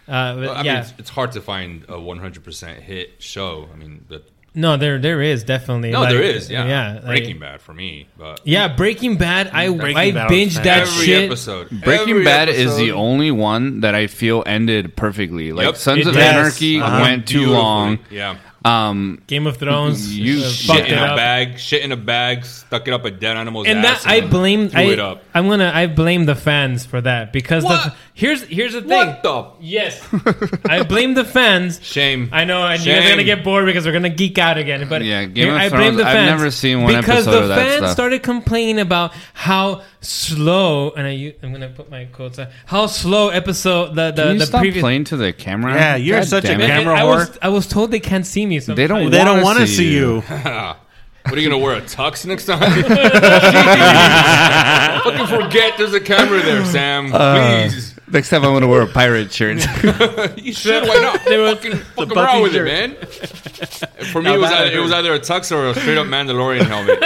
B: uh, but
D: Well, I
B: yeah,
D: mean, it's, it's hard to find a 100% hit show. I mean, but
B: no, there there is definitely
D: no,
B: like-
D: there is. Yeah,
B: yeah like-
D: Breaking Bad for me, but
B: Yeah, Breaking Bad. I I
C: Bad was
B: binged that
D: every
B: shit.
D: episode,
E: Breaking
D: every
E: Bad is
D: episode.
E: the only one that I feel ended perfectly. Like
D: Yep.
E: Sons
B: It
E: of
B: does.
E: Anarchy
C: Uh-huh.
E: went too
D: Beautifully.
E: long.
D: Yeah,
E: Um,
B: Game of Thrones.
E: You
B: uh,
E: shit
B: fucked
D: shit in
B: it
D: a
B: up.
D: bag, shit in a bag, stuck it up a dead animal's
B: and
D: ass.
B: that I blame
D: threw
B: I,
D: it up.
B: I'm gonna I blame the fans for that because the,
D: What?
B: here's here's the thing.
D: What the
B: yes, I blame the fans.
D: shame?
B: I know, and you guys are
D: Shame.
B: gonna get bored because we're gonna geek out again. But
E: Yeah, Game of
B: I blame
E: Thrones,
B: the
E: I've
B: fans
E: never seen one
B: because
E: episode
B: the
E: of that
B: fans
E: stuff.
B: started complaining about how slow. And I, u- I'm gonna put my quotes. on How slow episode the the,
E: can you
B: the
E: stop
B: previous.
E: playing to the camera?
C: Yeah, you're
E: God
C: such a
E: damn it.
B: And- and
C: Camera
B: I was
C: whore.
B: I was told they can't see me. Sometimes.
E: They don't.
C: They don't want
E: want
C: to see you.
D: What are you gonna wear a tux next time? Fucking forget there's a camera there, Sam. Please,
E: Next time I'm gonna wear a pirate shirt.
D: you should. Why not? They were fucking fuck around with it, man. For me, it was
C: that I
D: either, it was either a tux or a straight up Mandalorian helmet,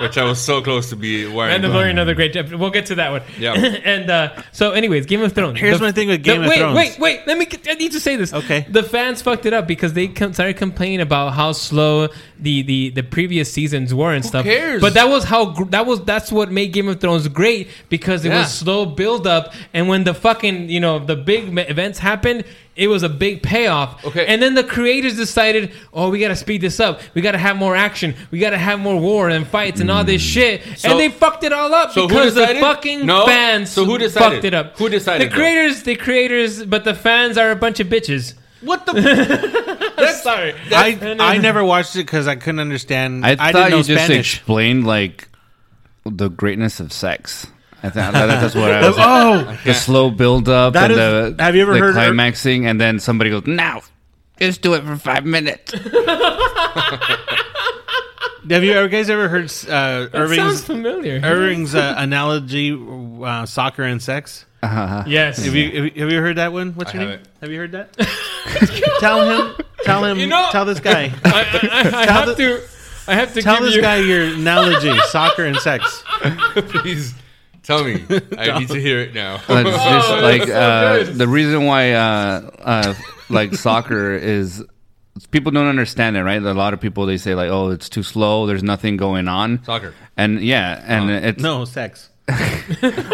D: which I was so close to be wearing.
B: Mandalorian, another great chapter. We'll get to that one.
D: Yeah.
B: and uh, so, anyways, Game of Thrones.
C: Here's my thing with Game of
B: wait,
C: Thrones.
B: Wait, wait, Let me. get- I need to say this.
C: Okay.
B: The fans fucked it up because they com- started complaining about how slow the, the, the previous seasons were and stuff.
D: cares?
B: But that was how gr- that was that's what made Game of Thrones great because it
D: Yeah.
B: was slow build up and when the fucking you know the big ma- events happened. It was a big payoff.
D: Okay.
B: And then the creators decided, oh, we got to speed this up. We got to have more action. We got to have more war and fights and all this shit
D: Mm. So-
B: and they fucked it all up
D: So who
B: because the
D: decided?
B: fucking
D: No.
B: fans
D: So who decided?
B: fucked it up.
D: Who decided
B: The
D: that?
B: creators, the creators, but the fans are a bunch of bitches.
D: What the? That's
B: Sorry.
C: I, I never watched it because I couldn't understand.
E: I
C: I,
E: thought
C: didn't know
E: you just
C: Spanish.
E: explained like the greatness of sex. I thought that, that's what I was.
C: oh,
E: the slow build up
C: That
E: and
C: is-
E: the
C: have you ever
E: the
C: heard of-
E: climaxing and then somebody goes now just do it for five minutes
C: have you ever guys ever heard uh,
B: Sounds
C: Irving's
B: familiar.
C: Irving's uh, analogy uh, soccer and sex?
B: yes.
C: Have you have you- have you heard that one? What's
D: I
C: your name?
D: haven't.
C: Have you heard that? tell him. Tell him.
B: You know-
C: tell this guy.
B: I, I, I have
C: the-
B: to. I have to
C: Tell
B: give
C: this
B: you.
C: guy your analogy, soccer and sex.
D: Please tell me. I need to hear it now.
E: But it's just
B: Oh, that's
E: like
B: so
E: uh,
B: good.
E: the reason why uh, uh, like soccer is people don't understand it right a lot of people they say like oh it's too slow there's nothing going on
D: Soccer.
E: and yeah and
B: Oh.
E: it's
C: No sex.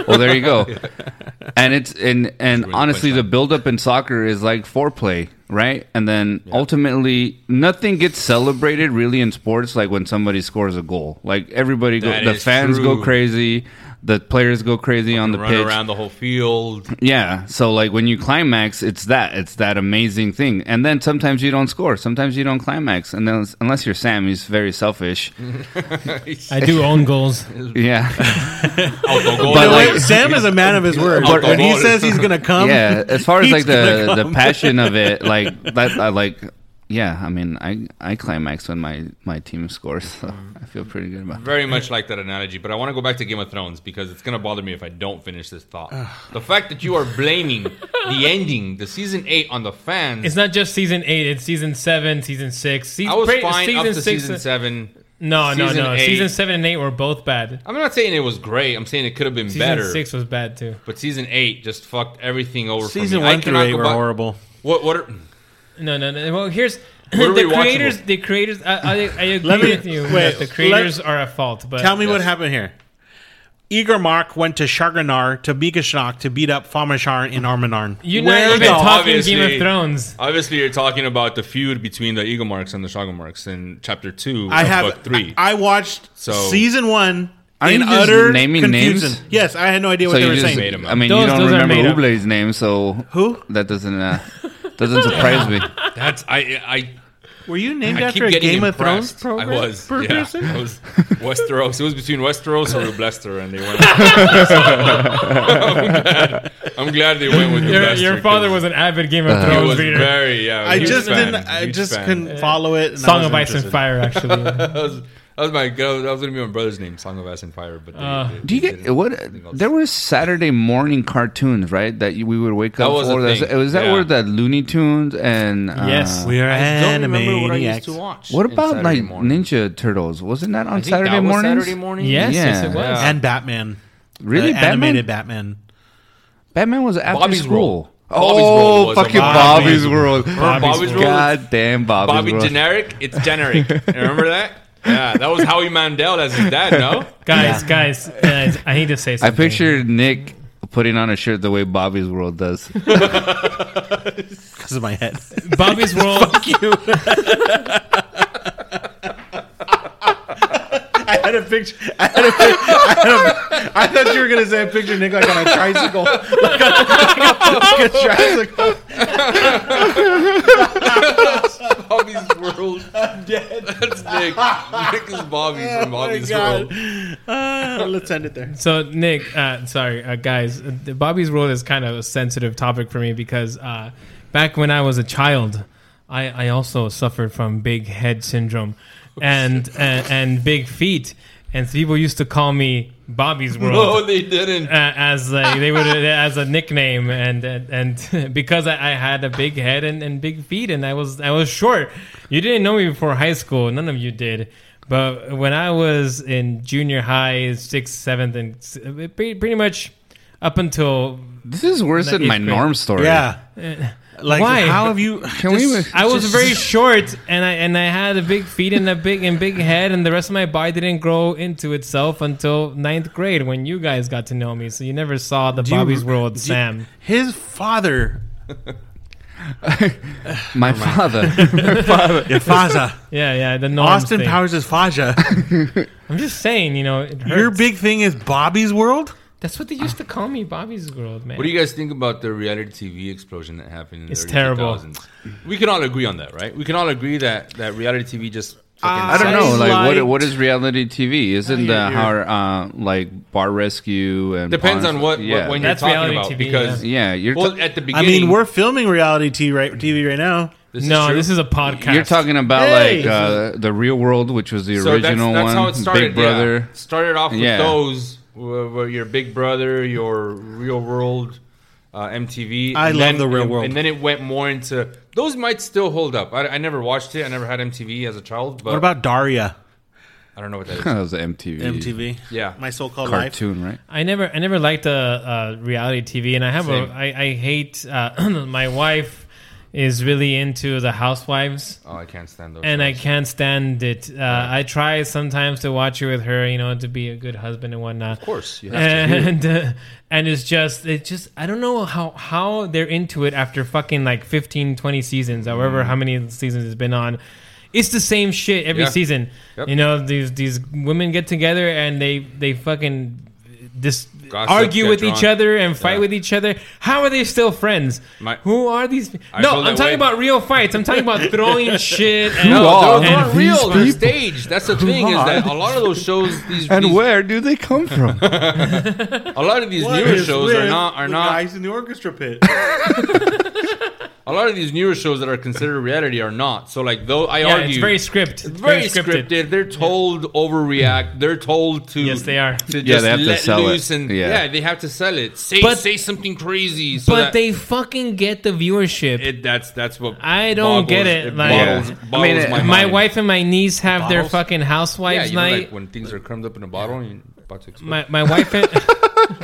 E: well there you go and it's and and
D: the
E: honestly the
D: punchline.
E: build up in soccer is like foreplay right and then ultimately nothing gets celebrated really in sports like when somebody scores a goal like everybody go,
D: That
E: the
D: is
E: fans go
D: true.
E: crazy The players go crazy on the
D: Run
E: pitch.
D: around the whole field.
E: Yeah. So like when you climax, it's that it's that amazing thing. And then sometimes you don't score. Sometimes you don't climax. And then unless you're Sam, he's very selfish.
D: Mm.
B: I do own goals.
E: Yeah.
D: Autogol.
E: But,
C: You know
E: like-
C: what? Sam is a man of his word.
D: But-
C: when he says he's gonna come,
E: yeah. As far
C: Um,
E: as
C: he's
E: like the
C: gonna
E: the
C: come.
E: passion of it, like that, I like. Yeah. I mean, I I climax when my my team scores. So I feel pretty good about. That.
D: Very much like that analogy, but I want to go back to Game of Thrones because it's going to bother me if I don't finish this thought. the fact that you are blaming the ending, the season eight, on the fans.
B: It's not just season eight; it's season seven, season six. Season,
D: I was
B: pre-
D: fine up to
C: uh,
D: season seven.
B: No, no,
D: Season
B: no.
D: eight.
B: Season seven and eight were both bad.
D: I'm not saying it was great. I'm saying it could have been
B: Season
D: better.
B: six was bad too.
D: But season eight just fucked everything over.
C: season
D: for me. I
C: one through
D: cannot
C: eight
D: go
C: were
D: back-
C: horrible.
D: What? What? Are,
B: No, no, no. Well, here's
D: are
B: the
D: rewatchable?
B: creators. The creators. I, I, I agree
C: Let me-
B: with you
C: wait,
B: that the creators are at fault. But
C: Tell me what happened here. Igor Mark went to Sharganar to Bikashnak to beat up Famashar in Armanarn.
B: you're not even
D: no,
B: talking
D: obviously.
B: Game of Thrones.
D: obviously, you're talking about the feud between the Eagle Marks and the Shago Marks in chapter two.
C: I
D: of
C: have
D: book three.
C: I, I watched
D: So-
C: season one
E: Are
C: in
E: you just
C: utter
E: naming
C: confusion.
E: names?
C: Yes, I had no idea what
E: So
C: they
E: you
C: were
E: just,
C: saying.
D: made 'em up.
E: I mean,
B: Those-
E: you don't
B: those are
E: remember
B: made up.
E: Ublay's name, so
C: Who?
E: that doesn't uh, doesn't surprise me.
D: That's I. I
C: Were you named
D: I
C: after
D: keep
C: a
D: getting
C: Game of Thrones
D: impressed.
C: program?
D: I was.
C: per-
D: Yeah,
C: person?
D: I was Westeros. It was between Westeros or Rublester, and they went. I'm, glad, I'm glad they went with
B: Your,
D: Rublester,
B: your father
D: 'cause
B: was an avid Game of
E: Uh,
D: He
B: Thrones
D: was
B: reader.
D: very. Yeah,
C: I
D: huge
C: just
D: fan,
C: didn't. I
D: huge
C: just
D: fan.
C: couldn't follow it. and I
B: Song of
C: wasn't
B: Ice and
C: interested.
B: Fire, actually.
D: That was, that was my that was, that was gonna be my brother's name, Song of Ice and Fire. But they,
B: Uh,
D: they-
E: Do you
D: they
E: get
D: didn't-
E: what?
D: they didn't-
E: There were Saturday morning cartoons, right? That you, we would wake up.
D: was a
E: for.
D: thing,
E: was that
D: yeah.
E: where the Looney Tunes and uh,
B: Yes.
C: We are
D: I don't remember what I
C: animaniacs.
D: used to watch.
E: What
D: in
E: about
D: Saturday
E: like
D: morning.
E: Ninja Turtles? Wasn't that on
D: I think that
E: Saturday
D: was
E: mornings?
D: Saturday morning.
B: yes, yes, it
E: Yeah.
B: was.
C: and Batman.
E: Really,
C: The
E: Batman?
C: animated Batman.
E: Batman was after
D: Bobby's
E: school.
D: World. Bobby's World
E: Oh,
D: was
E: fucking
D: a
E: Bobby's,
D: Bobby's-
E: World.
D: Bobby's World.
E: God damn Bobby's
D: Bobby
E: World.
D: generic? It's generic. Remember that? Yeah, that was Howie Mandel as his dad. No,
B: Guys, guys, guys, I need to say
E: I
B: something.
E: pictured Nick putting on a shirt the way Bobby's World does.
C: Because of my head.
B: Bobby's World.
C: I had a picture. I had a picture. I, had a, I thought you were gonna say a picture, Nick, like on a tricycle, like on, like a tricycle.
D: Bobby's World. I'm dead. That's Nick. Nick is Bobby
B: Oh
D: from Bobby's World.
C: Oh Uh, let's end it there.
B: So Nick, uh, sorry, uh, guys, uh, the Bobby's World is kind of a sensitive topic for me because uh, back when I was a child, I, I also suffered from big head syndrome and and, and big feet, and people used to call me Bobby's
D: No,
B: World.
D: Oh, they didn't.
B: uh, as like they would uh, as a nickname and and, and because I, I had a big head and, and big feet and I was I was short. You didn't know me before high school. None of you did. But when I was in junior high, sixth, seventh, and s- pretty, pretty much up until
E: This is worse
B: That
E: than
B: is
E: my
B: great.
E: norm story.
C: Yeah. Uh, Like,
B: Why?
C: how have you?
E: Can we?
B: I was very short and I and I had a big feet and a big and big head and the rest of my body didn't grow into itself until ninth grade when you guys got to know me. So you never saw the
C: you-
B: Bobby's World
C: do you-
B: Sam.
C: His father,
E: my father.
C: your father,
B: Yeah, yeah, the norm
C: Austin
B: thing.
C: Powers' father.
B: I'm just saying, you know, it
C: Your
B: hurts.
C: big thing is Bobby's World.
B: That's what they used to call me, Bobby's World, man.
D: What do you guys think about the reality TV explosion that happened in the
B: It's
D: early
B: terrible.
D: 2000s? We can all agree on that, right? We can all agree that, that reality TV just
B: Uh,
D: fucking
E: I don't know,
C: Sounds
E: like,
C: Uh, like-
E: what what is reality TV? Isn't that how uh, like bar rescue and
D: depends
E: Pawn-
D: on what,
E: Yeah,
D: what when
B: That's
D: you're talking
B: reality TV,
D: about because
E: yeah, you're ta-
D: well at the
C: I
D: beginning
C: mean, we're filming reality TV right, TV right now.
D: this
B: no,
D: true.
B: this is a podcast.
E: you're talking about
C: Hey!
E: like uh, the real world, which was the
D: so that's,
E: original
D: that's
E: one,
D: how it started.
E: Big Brother.
D: yeah. started off with
E: Yeah.
D: those where, where your Big Brother, your Real World, uh, MTV.
C: I
D: and
C: love
D: then-
C: the Real
D: and-
C: World.
D: and then it went more into those. Might still hold up. I, I never watched it. I never had MTV as a child, but
C: What about Daria?
D: I don't know what that is.
E: That was an MTV,
C: MTV.
D: Yeah.
C: My so-called life.
E: cartoon, right?
B: I never, I never liked uh, uh, reality TV, and I have a,
D: Same.
B: I, I hate. Uh, my wife is really into the Housewives,
D: oh, I can't stand those.
B: and I
D: shows.
B: can't stand it. Uh, I try sometimes to watch it with her, you know, to be a good husband and whatnot.
D: Of course, you have to.
B: and uh, and it's just it just I don't know how how they're into it after fucking like 15 20 seasons
D: Mm.
B: however how many seasons it's been on it's the same shit every
D: Yeah.
B: season
D: Yep.
B: you know these these women get together and they they fucking dis-
D: Gossip,
B: argue
D: get
B: with each
D: drunk.
B: other and fight
D: Yeah.
B: with each other. How are they still friends?
D: My-
B: Who are these? pe-
D: I
B: no,
D: feel
B: I'm
D: that
B: talking
D: way.
B: about real fights. I'm talking about throwing shit. And,
D: No,
F: are
D: they're not
B: and
D: real.
F: these
D: They're
F: people?
D: staged. That's the thing is that a lot of those shows, these, these-
F: where do they come from?
D: a lot of these newer shows are not are not
C: in the orchestra pit.
D: a lot of these newer shows that are considered reality are not. So like though I
B: yeah,
D: argue
B: it's very script. It's
D: very scripted. They're told overreact. They're told to
B: Yes, they are.
D: To
F: Yeah,
D: just
F: they have to
D: let
F: sell it.
D: loose and
F: Yeah.
D: yeah. they have to sell it. Say
B: But-
D: say something crazy. So
B: But
D: that
B: they fucking get the viewership.
D: it, that's that's what
B: I don't
D: boggles-
B: get it, like-
D: boggles,
F: Yeah.
D: boggles
F: I mean, uh,
D: my,
F: it-
B: my
D: mind.
B: wife and my niece have their
D: Bottles?
B: fucking
D: Yeah,
B: housewives
D: you know,
B: night.
D: like when things are crammed up in a bottle, and you're about to explode.
B: my my wife and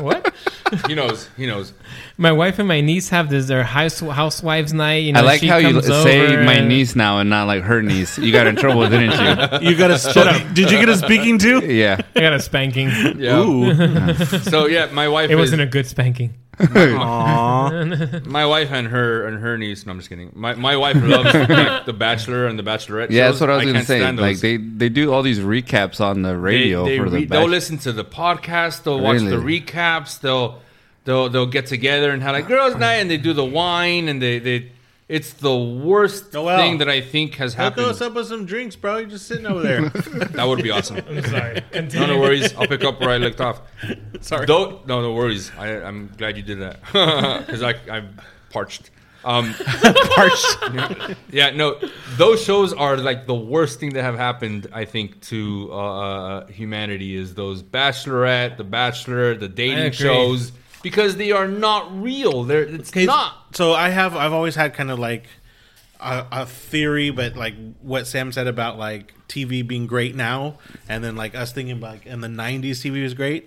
B: what?
D: he knows. He knows.
B: My wife and my niece have this their house housewives night. You know,
F: I like
B: she
F: how you
B: comes
F: say
B: over
F: my
B: and-
F: niece now and not like her niece. You got in trouble, didn't
C: You got a shut up. Did you get a speaking too?
F: you? Yeah.
B: I got a spanking. It
D: Yeah.
C: Ooh,
D: So yeah, my wife. is-
B: wasn't a good spanking.
D: My wife and her and her niece. No, I'm just kidding. My my wife loves like, the Bachelor and the Bachelorette.
F: Yeah, that's
D: shows.
F: what I was gonna
D: can't
F: say.
D: stand
F: Like
D: those.
F: they, they do all these recaps on the radio for the
D: re-
F: bachelor.
D: they'll listen to the podcast. They'll watch
F: Really?
D: the recaps. They'll they'll they'll get together and have like girls' night, and they do the wine, and they they. It's the worst
C: Oh, wow.
D: thing that I think has
C: hook
D: happened.
C: us up with some drinks, bro. You're just sitting over there.
D: That would be awesome.
B: Sorry.
D: No, no worries. I'll pick up where I left off. Sorry. Though, no, no worries. I, I'm glad you did that because I I'm parched. Um, parched. Yeah, no. Those shows are like the worst thing that have happened. I think to uh, humanity is those Bachelorette, The Bachelor, the
B: agree.
D: dating shows because they are not real. They're it's
C: Okay,
D: not.
C: So I have I've always had kind of like a, a theory, but like what Sam said about like TV being great now, and then like us thinking about like in the '90s TV was great.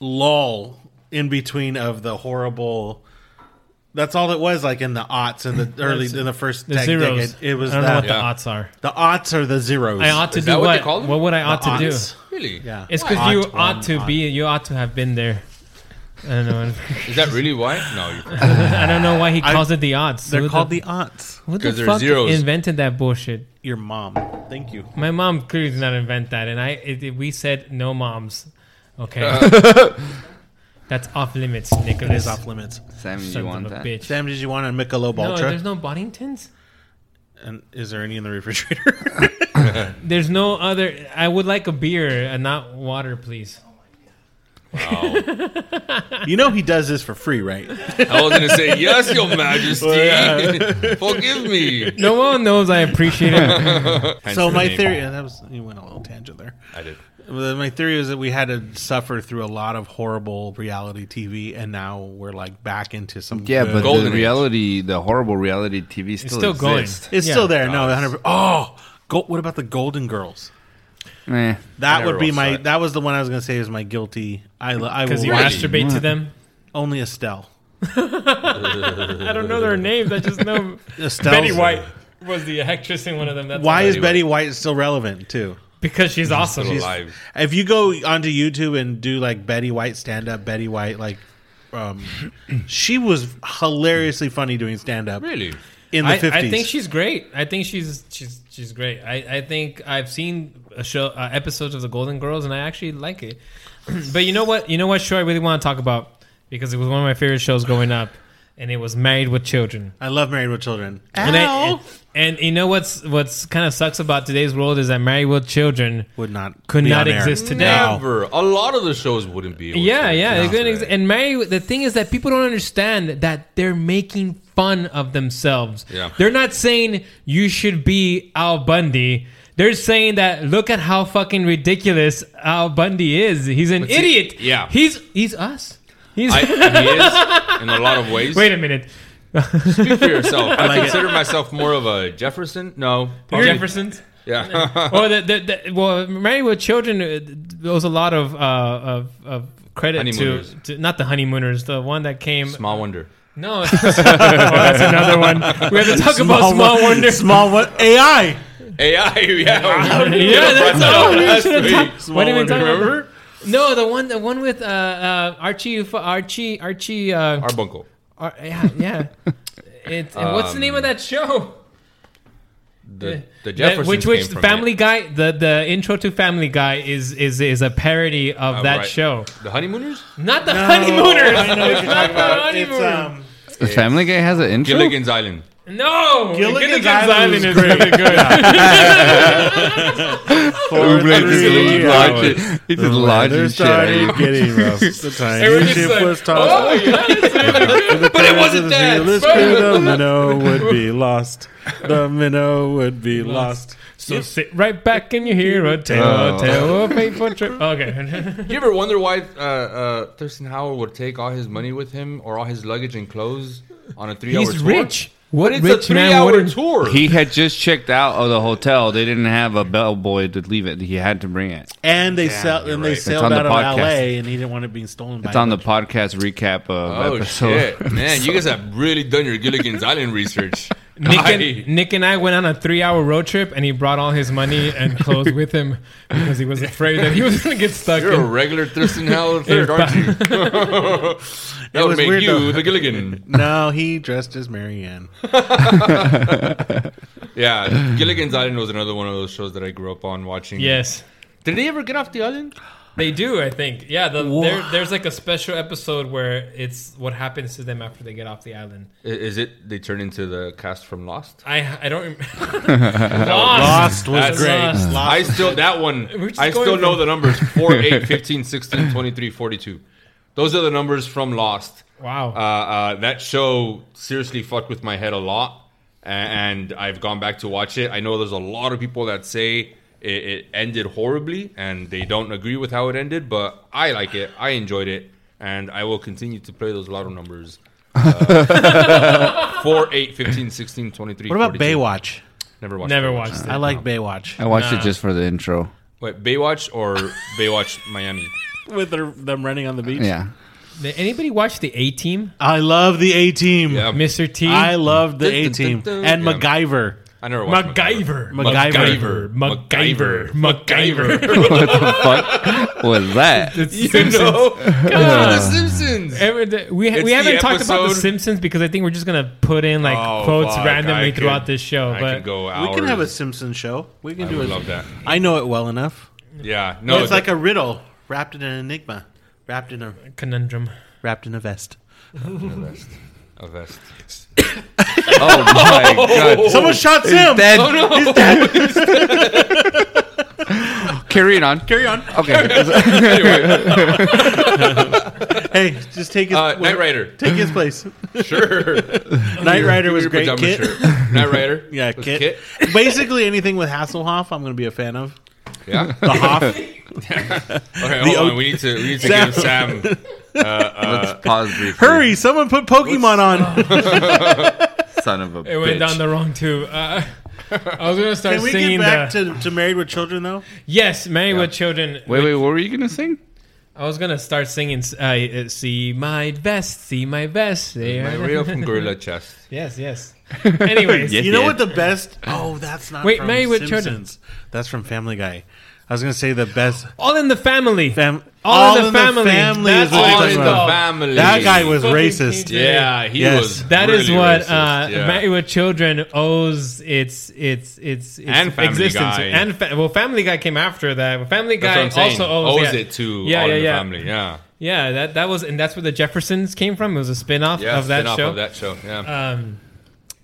C: lull in between of the horrible. That's all it was like in the aughts in the early in the first
B: Mm-hmm. The
C: dec-
B: zeros.
C: decade. It was
B: I don't know
C: that
B: what
D: Yeah.
B: the odds are.
C: the aughts or the zeros.
B: I ought to
D: Is
B: do
D: that
B: what?
D: what they call them?
B: what would I ought
C: The
B: to do?
C: aughts.
D: Really?
C: Yeah.
B: It's because
C: Why?
B: you
C: Ought,
B: ought to
C: ought.
B: be. You ought to have been there. I don't know.
D: Is that really why? No. you-
B: I don't know why he calls it the odds.
C: They're
B: Who
C: called the aunts.
B: Who the
D: 'Cause they're
B: fuck
D: zeros.
B: invented that bullshit?
C: Your mom. Thank you.
B: My mom clearly did not invent that, and I it, it- we said no moms. Okay, that's off limits,
C: It
B: Nicholas.
C: is off limits.
F: Sam,
B: Sons
F: you want
B: of a
F: that?
B: bitch.
C: Sam, did you want a Michelob
B: No,
C: Ultra?
B: there's no Boddingtons.
C: and is there any in the refrigerator?
B: There's no other. I would like a beer and not water, please.
C: you know he does this for free, right?
D: I was gonna say yes, Your Majesty. Forgive me.
B: No one knows I appreciate it.
D: Hence
C: so
D: the
C: my
D: name.
C: theory yeah, that was you went on a little tangent there.
D: I did.
C: Well, My theory is that we had to suffer through a lot of horrible reality TV, and now we're like back into some
E: Yeah,
C: good-
E: but the reality, the horrible reality TV still, exists.
C: It's still there. No, 100. Oh, go, what about the Golden Girls?
E: Eh.
C: That
E: I
C: would
E: never
C: be
E: watched
C: my.
E: that.
C: That was the one I was going to say is my guilty. I lo- I
B: 'Cause
C: will
B: you
C: watch-
B: masturbate to them?
C: Only Estelle.
B: I don't know their names. I just know
C: Estelle's-
B: Betty White was the actress in one of them. That's
C: Why
B: all.
C: is Betty White still relevant too?
B: Because she's awesome.
D: still alive.
C: If you go onto YouTube and do like Betty White stand up, Betty White like, um, she was hilariously funny doing stand up.
D: Really?
C: in the
B: I,
C: fifties.
B: I think she's great. I think she's she's she's great. I, I think I've seen a show uh, episodes of the Golden Girls and I actually like it. but you know what? You know what show I really want to talk about because it was one of my favorite shows growing up, and it was Married with Children.
C: I love Married with Children.
B: And, I- and, and you know what's what's kind of sucks about today's world is that Married with Children
C: Would not
B: could
C: be
B: not
C: on air.
B: exist today.
D: Never. A lot of the shows wouldn't be.
B: Yeah, yeah.
D: Today.
B: they're gonna ex- and Mary, the thing is that people don't understand that they're making fun of themselves.
D: Yeah.
B: They're not saying you should be Al Bundy. They're saying that look at how fucking ridiculous Al Bundy is. He's an
D: But see-
B: idiot.
D: yeah.
B: He's he's us. He's
D: I, he is in a lot of ways.
B: Wait a minute.
D: Speak for yourself. I, consider myself more of a Jefferson. No, probably-
B: Jefferson's.
D: Yeah,
B: or the, the, the well, Married with Children. uh, There was a lot of uh, of, of credit to,
D: Honeymooners.
B: to not the honeymooners, the one that came.
D: small wonder.
B: No, oh, that's another one. We have to talk about Small
C: wo-
B: Wonder.
C: Small one AI.
D: AI. Yeah, Oh, we
B: yeah, that's
D: brought
B: oh, we
D: that
B: should've
D: up
B: talked-
D: last
B: What did we
D: week.
B: talk about?
D: Remember
B: No, the one, the one with uh, uh, Archie, Fu- Archie, Archie. Uh,
D: Arbuncle.
B: Ar- yeah, yeah. It, and what's the name of that show?
D: The,
B: That-
D: the Jefferson.
B: which, which Family Guy? The the intro to Family Guy is is is a parody of that show.
D: The honeymooners.
B: Not the honeymooners.
C: Oh, I know what you're talking about. It's
B: honeymoon.
C: um,
E: The Family Guy has an intro.
D: Gilligan's Island.
B: No,
C: Gilligan's
B: Gilligan's
C: Island
B: Island
C: is
B: is really good.
E: Oobleck just
C: Really?
E: launched it. He just launched
C: They're
E: his shit at
C: starting
E: you.
C: getting rough. The time
B: They were just
C: ship
B: like,
C: was tossed.
B: oh, yeah, that's really good. but it wasn't that.
C: This crew, the minnow would be lost. The minnow would be lost.
B: So sit right back and you hear a tale,
E: Oh.
B: a tale of a painful trip. Okay.
D: You ever wonder why uh, uh, Thurston Howard would take all his money with him or all his luggage and clothes on a three-hour tour?
B: What
D: But it's a three-hour tour.
E: He had just checked out of the hotel. They didn't have a bellboy to leave it. He had to bring it.
C: And they sell. And they sailed
E: on the
C: out of
E: podcast.
C: LA, and he didn't want it being stolen.
E: It's
C: by
E: on the
C: them.
E: podcast recap of
D: Oh
E: episode.
D: shit, man! You guys have really done your Gilligan's Island research.
B: Nick
D: Aye.
B: and, Nick and I went on a three-hour road trip, and he brought all his money and clothes with him because he was afraid that he was going to get stuck.
D: You're a
B: in.
D: regular Thurston Howard third, aren't you? that
C: was
D: would make
C: weird, though.
D: you the Gilligan.
C: No, he dressed as Marianne.
D: Yeah, Gilligan's Island was another one of those shows that I grew up on watching.
B: Yes,
D: Did they ever get off the island?
B: they do. I think. Yeah, the, there, there's like a special episode where it's what happens to them after they get off the island.
D: I- Is it they turn into the cast from Lost?
B: I I don't. Rem-
C: Lost was
B: That's
C: great.
B: Lost.
D: I still that one.
B: We're just
D: I still
B: going
D: know
B: from-
D: the numbers 4, 8, 15, 16, 23, 42. Those are the numbers from Lost.
B: wow.
D: Uh, uh, that show seriously fucked with my head a lot, a- and I've gone back to watch it. I know there's a lot of people that say it, it ended horribly, and they don't agree with how it ended, but I like it. I enjoyed it, and I will continue to play those lotto numbers. Uh, 4, 8, 15, 16, 23,
C: What about
D: 42.
C: Baywatch?
D: Never watched
B: Never
D: Baywatch.
B: watched it.
C: I like Baywatch
E: I watched it just for the intro.
D: Wait, Baywatch or Baywatch Miami?
C: with their, them running on the beach.
E: Yeah.
B: Did anybody watch the A Team?
C: I love the A Team.
D: Yeah.
B: Mr. T.
C: I love the A
D: Dun, dun, dun,
C: Team
D: dun.
C: and
D: Yeah.
C: MacGyver.
D: I never watched
B: MacGyver.
C: MacGyver.
B: MacGyver. MacGyver.
E: What the fuck was that?
D: You know, It's The Simpsons.
B: Every day- we
D: It's
B: we
D: the
B: haven't talked about the
D: episode-
B: Simpsons because I think we're just gonna put in like
D: Oh,
B: quotes
D: fuck,
B: randomly
D: I
B: throughout
D: could-
B: this show.
D: I
B: but
D: could go hours.
C: We can have a Simpson show. We can
D: I
C: do
D: would
C: it.
D: love that.
C: I know it well enough.
D: Yeah, no,
C: it's like a riddle wrapped in an enigma, wrapped in a
B: conundrum.
C: wrapped in a vest.
D: a vest.
E: Oh my god.
C: Someone shot Sim.
E: Dead. Carry it on. Carry on. Okay.
C: Hey, just take his
D: Uh,
C: wait,
D: Knight Rider,
C: Take his place.
D: sure.
C: Knight Rider was
D: Your
C: great.
D: pajama
C: Kit.
D: shirt. Knight Rider,
C: Yeah,
D: Was
C: Kit. Basically anything with Hasselhoff, I'm going to be a fan of.
D: Yeah,
C: The Hoff.
D: Okay, hold on. We need to we need to give Sam. Uh, uh,
E: Let's pause briefly.
C: Hurry! Someone put Pokemon on.
E: Son of a
B: It went
E: bitch.
B: down the wrong tube. Uh, I was gonna start
C: Can we
B: singing
C: get back
B: the
C: to, to Married with Children though?
B: yes, married with children.
E: Wait, wait, what were you gonna sing?
B: I was gonna start singing. Uh, uh, see my vest, see my vest. There,
D: my reel from Gorilla Chest.
B: Yes, yes. Anyways,
E: Yes,
C: you know
E: yes.
C: what the best? Oh, that's not
B: Wait,
C: From
B: Married with
C: Simpsons.
B: Children.
C: That's from Family Guy. I was gonna say the best.
B: all in the family.
C: Fam-
B: All in the Family.
C: is
B: That's
C: what
B: what
C: you're
B: All
C: talking
B: in
C: about.
B: the
D: Family.
C: That guy was
B: Fucking
C: racist.
B: King
D: Yeah, he
C: Yes.
D: was.
B: That is
D: really
B: what
D: racist,
B: uh,
D: yeah.
B: Married with Children owes its its its, its
D: And Family
B: existence
D: Guy.
B: and fa- well, Family Guy came after that. Family
D: That's
B: Guy
D: what I'm saying.
B: also owes, yeah.
D: it to
B: yeah
D: All
B: yeah
D: in the
B: yeah
D: Family. Yeah,
B: yeah that that was and that's where the Jeffersons came from. It was a spin off
D: yeah.
B: of that
D: spin-off
B: show.
D: Of that show. Yeah.
B: Um,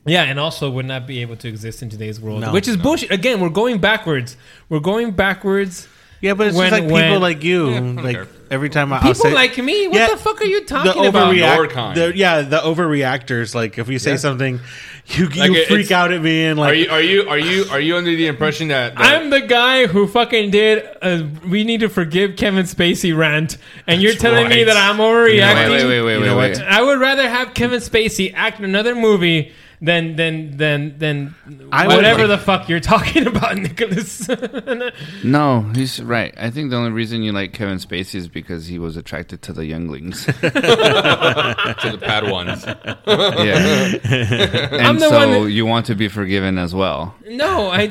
B: yeah, and also would not be able to exist in today's world,
C: No.
B: which is bullshit. Again, we're going backwards. We're going backwards.
C: Yeah, but it's
B: When-
C: just like people
B: when-
C: like you.
D: okay.
C: like every time I I'll
B: People
C: say,
B: like me. What
C: Yeah,
B: the fuck are you
C: the
B: talking about?
D: Your
C: overreact.
D: kind.
C: The, yeah, the overreactors. Like if we say something, you
D: Like,
C: you
D: it-
C: freak
D: it's-
C: out at me and
D: are
C: like
D: you are you are you are you under the impression that, that
B: I'm the guy who fucking did. uh we need to forgive Kevin Spacey rant, and you're telling me
D: right.
B: that I'm overreacting.
E: Wait, wait, wait, wait,
C: You know
E: wait,
C: what?
E: wait.
B: I would rather have Kevin Spacey act in another movie than than than than
C: I would
B: whatever
C: like-
B: the fuck you're talking about, Nicholas.
E: No, he's right. I think the only reason you like Kevin Spacey is because he was attracted to the younglings.
D: to the Padawans?
E: yeah, and
B: the one
E: so
B: that-
E: you want to be forgiven as well.
B: No, I,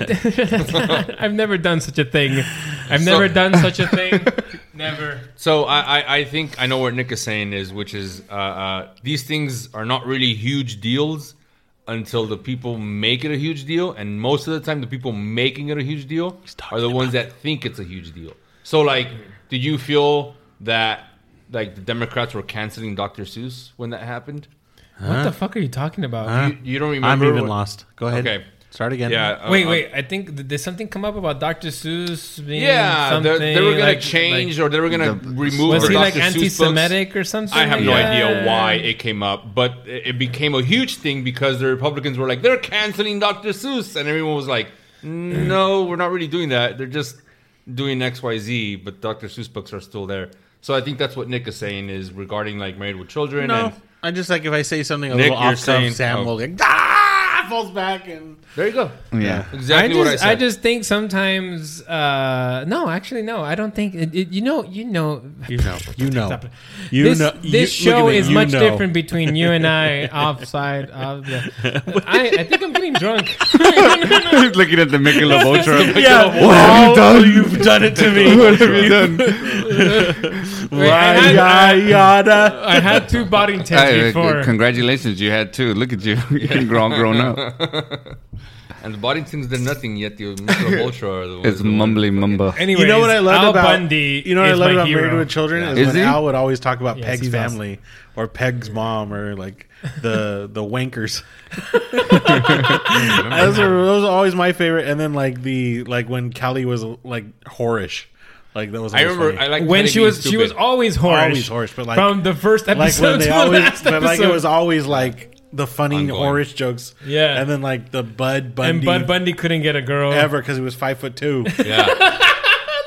B: I've never done such a thing. I've never done such a thing. Never.
D: So I, I I think I know what Nick is saying is, which is uh, uh, these things are not really huge deals until the people make it a huge deal, and most of the time the people making it a huge deal are the ones that think it's a huge deal. So like, did you feel that like the Democrats were canceling Dr. Seuss when that happened?
B: What the fuck are you talking about?
D: You, you don't remember?
C: I'm even
D: what-
C: lost. Go ahead.
D: Okay.
C: Start again.
D: Yeah. uh,
B: wait,
D: uh,
B: wait. I think th- did something come up about Dr. Seuss being
D: Yeah,
B: something
D: they they were gonna
B: like-
D: change
B: like-
D: or they were gonna
E: The-
D: remove.
B: was he
D: Dr.
B: like
D: Seuss books.
B: anti-Semitic or something?
D: I have no
B: like
D: idea
B: that?
D: why it came up, but it it became a huge thing because the Republicans were like, they're canceling Dr. Seuss. And everyone was like,
B: Mm.
D: no, we're not really doing that. They're just doing XYZ, but Dr. Seuss books are still there. So I think that's what Nick is saying is regarding like Married with Children.
C: No,
D: And
C: I just like if I say something a
D: Nick,
C: little
D: you're
C: off,
D: saying-
C: saying, Sam
D: oh.
C: will like ah falls back and
D: there you go.
E: Yeah.
D: Exactly
B: I
D: what
B: just,
D: I said.
B: just think sometimes. Uh, no, actually, no. I don't think. It, it, you know, you know.
C: you know you know you
B: This,
C: know you-
B: this
C: look at
B: show
C: me,
B: is
C: you
B: much
C: know.
B: different between you and I offside of the. I, I think I'm getting drunk.
E: Looking at the Michelob Ultra.
C: Yeah, what have you done? You've done it to me. what have you done?
B: Wait, I had-
C: yada.
B: I had two body tints
E: Hey, uh,
B: before.
E: congratulations, you had two. Look at you, you're all grown up.
D: and the Boddingtons did nothing, yet the Mr. Ultra are the ones
E: It's
D: that were-
E: mumbly mumbo.
B: Anyways,
C: You know what I love
B: Al
C: about
B: Bundy
C: you know what I
B: is
C: love
B: my
C: about
B: hero.
C: Married with Children is,
E: Is
C: when
E: he?
C: Al would always talk about
B: Yes,
C: Peg's
B: he's awesome.
C: family or Peg's mom or like the the wankers. those are those are always my favorite. And then like the like when Callie was like whorish, like that was.
D: I
C: always
D: remember
C: funny.
D: I like
B: when she was she was always horse,
C: Always whorish, but, like-
B: from the first
C: like
B: episode
C: when
B: to
C: they
B: the
C: always,
B: last
C: but
B: episode,
C: like it was always like the funny
D: Ongoing.
C: whorish jokes.
B: Yeah.
C: and then like the Bud Bundy
B: and Bud Bundy couldn't get a girl.
C: ever because he was five foot two.
D: yeah.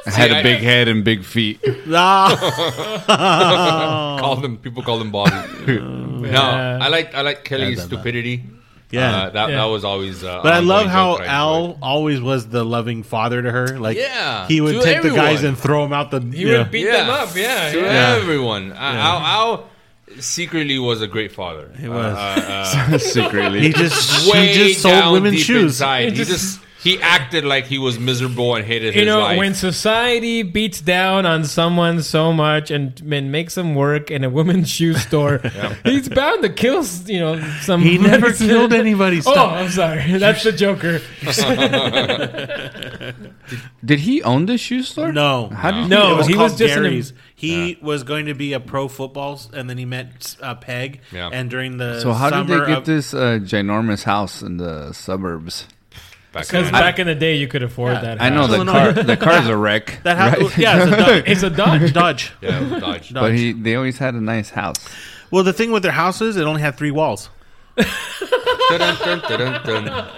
E: I had
D: I-
E: a big head and big feet.
C: Ah.
D: call them people call them Bobby. no, I like I like Kelly's stupidity.
C: Yeah.
D: Uh, that
B: Yeah.
D: that was always. Uh,
C: But I love
D: ongoing
C: how
D: joke that I
C: Al
D: enjoyed.
C: always was the loving father to her. Like,
D: Yeah,
C: he would
D: to
C: take the guys
D: everyone.
C: and throw them out the.
B: he would beat them up. Yeah,
D: to
B: yeah.
D: everyone. Uh, Al, Al secretly was a great father. He
C: was.
E: Secretly,
C: Uh, He just
D: uh, Way
C: he just sold
D: down
C: women's
D: deep
C: shoes.
D: Inside. He
B: It just-
D: just he acted like he was miserable and hated
B: You
D: his
B: know,
D: life.
B: when society beats down on someone so much and, and makes them work in a woman's shoe store, he's bound to kill. You know, some.
C: He never killed anybody.
B: Oh,
C: Stop.
B: I'm sorry. That's the Joker.
E: did he own the shoe store?
C: No,
E: How did
B: No,
C: It
B: he
C: called
B: was just an-
C: Gary's. he was going to be a pro football, s- and then he met uh, Peg.
D: Yeah.
C: And during the
E: So how did
C: summer
E: they get
C: of-
E: this uh, ginormous house in the suburbs?
D: Back
B: Because
D: then.
B: back in the day, you could afford that.
E: I know
B: house.
E: the car. The car's a wreck.
C: That happened.
E: right?
C: Yeah, it's a Dodge.
B: it's a Dodge.
C: Dodge.
D: yeah, Dodge.
E: but he, they always had a nice house.
C: Well, the thing with their houses, it only had three walls.
D: Dun, dun, dun, dun, dun.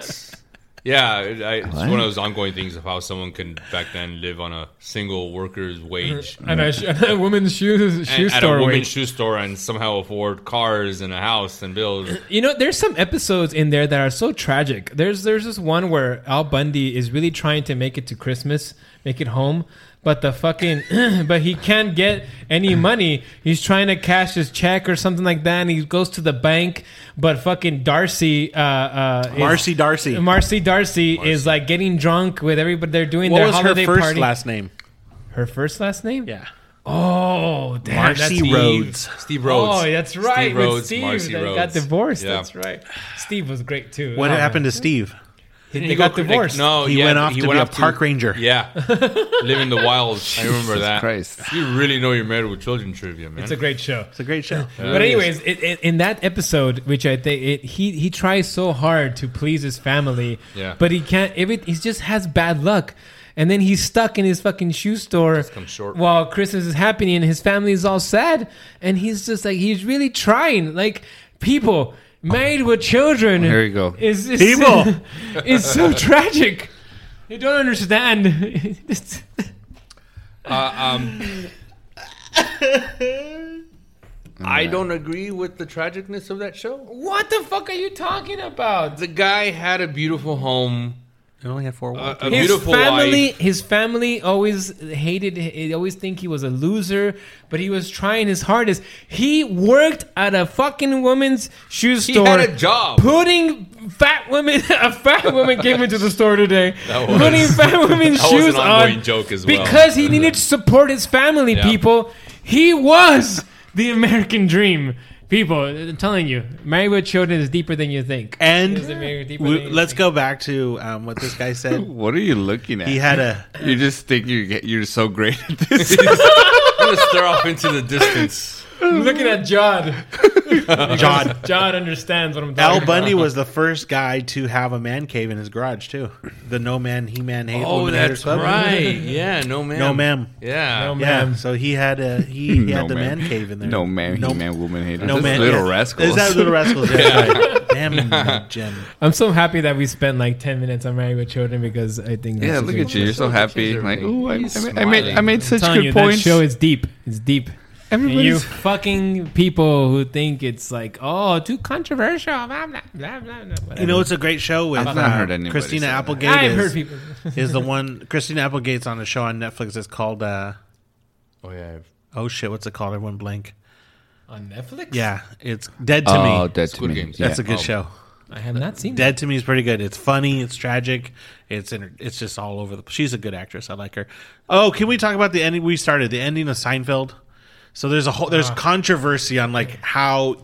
D: Yeah, it- I, it's
E: What?
D: one of those ongoing things of how someone can back then live on a single worker's wage
B: And a, sh- and a woman's shoe, Uh-huh. shoe
D: and, at a
B: store.
D: woman's
B: wage.
D: shoe store and somehow afford cars and a house and bills.
B: You know, there's some episodes in there that are so tragic. There's there's this one where Al Bundy is really trying to make it to Christmas, make it home, but the fucking but he can't get any money. He's trying to cash his check or something like that, and he goes to the bank, but fucking Darcy, uh, uh, is-
C: Marcy Darcy.
B: Marcy Darcy is like getting drunk with everybody. They're doing
C: What
B: their
C: was her
B: holiday
C: first
B: party.
C: last name?
B: Her first last name?
C: Yeah.
B: Oh, damn,
C: Marcy
B: that's
C: Steve- Rhodes.
D: Steve Rhodes.
B: Oh, that's right.
D: Steve
B: with
D: Rhodes,
B: Steve
D: Marcy
B: that
D: Rhodes.
B: got divored.
D: Yeah.
B: That's right. Steve was great too.
C: What
B: Oh,
C: happened
B: man.
C: to Steve?
B: They
D: Didn't he
B: got
D: go-
B: divorced.
D: no,
C: He
D: Oh, yeah,
C: went off
D: he
C: to
D: went
C: be a
D: off to-
C: park ranger.
D: Yeah, live in the wild. I remember
E: Jesus
D: that.
E: Christ.
D: You really know you're married with children trivia, man.
B: It's a great show.
C: It's a great show.
B: But anyways, it, it, in that episode, which I think it, he he tries so hard to please his family,
D: Yeah.
B: but he can't. Every he just has bad luck, and then he's stuck in his fucking shoe store
D: comes short.
B: while Christmas is happening, and his family is all sad, and he's just like he's really trying. Like people married with children,
E: Here you go.
B: Is is,
C: People.
B: is so tragic. You don't understand. It's-
D: Uh, um, I don't agree with the tragicness of that show.
B: what the fuck are you talking about?
D: The guy had a beautiful home,
C: He only had four
D: a,
C: walls.
D: a beautiful
B: family,
D: wife.
B: His family always hated. They always think he was a loser, but he was trying his hardest. He worked at a fucking woman's shoe
D: He
B: store.
D: had a job.
B: Putting fat women, a fat woman came into the store today.
D: That was-
B: putting fat women's
D: that was an
B: shoes
D: ongoing
B: on
D: joke as well.
B: because he needed to support his family.
D: Yeah.
B: People, he was the American dream. People, I'm telling you, married with children is deeper than you think.
C: And
B: Is it very deep
C: we-
B: than you
C: let's
B: think?
C: go back to um, what this guy said.
E: What are you looking at?
C: He had a
E: You just think you get, you're so great at this.
D: I'm gonna stare off into the distance.
B: I'm looking at John.
C: John.
B: John understands what I'm talking
C: Al
B: about.
C: Bundy was the first guy to have a man cave in his garage too. The No Man He Man Hate
D: Oh,
C: Woman Haters
D: that's
C: Club.
D: right. Yeah, no man.
C: No ma'am.
D: Yeah.
B: No
C: Yeah,
B: Ma'am.
C: so he had a he, he had
E: No
C: the
E: ma'am.
C: man. cave in there.
E: No man,
C: no
E: he man, woman hater.
C: No
E: This
C: man,
E: little
C: yeah.
E: rascals.
C: Is that little rascals? Yeah, right. Damn, Jim.
B: I'm so happy that we spent like 10 minutes on Married with Children because I think.
E: yeah,
B: that's
E: look
B: such a-
E: at you. You're so happy. Like, ooh, I, I,
D: He's
E: made- I made I made such
B: telling
E: good
B: you,
E: points.
B: That show is deep. It's deep. And you
E: Everybody's
B: fucking people who think it's like, oh, too controversial. Blah, blah, blah, blah, blah, whatever.
C: You know, it's a great show with
E: I've not
C: uh,
E: heard anybody
C: Christina
E: say that.
C: Applegate.
B: I've
C: is,
B: heard people.
C: is the one Christina Applegate's on a show on Netflix. It's called uh,
D: Oh yeah.
C: oh shit, what's it called? Everyone blank.
B: on Netflix?
C: Yeah, it's Dead to
E: oh,
C: Me.
E: dead to
D: Squid
E: me.
D: Games.
C: That's
E: Yeah.
C: a good
D: Oh.
C: show.
B: I have not seen that.
C: Dead to Me is pretty good. It's funny. It's tragic. It's in, it's just all over the. She's a good actress. I like her. Oh, can we talk about the ending? We started the ending of Seinfeld. So there's a whole there's controversy on like how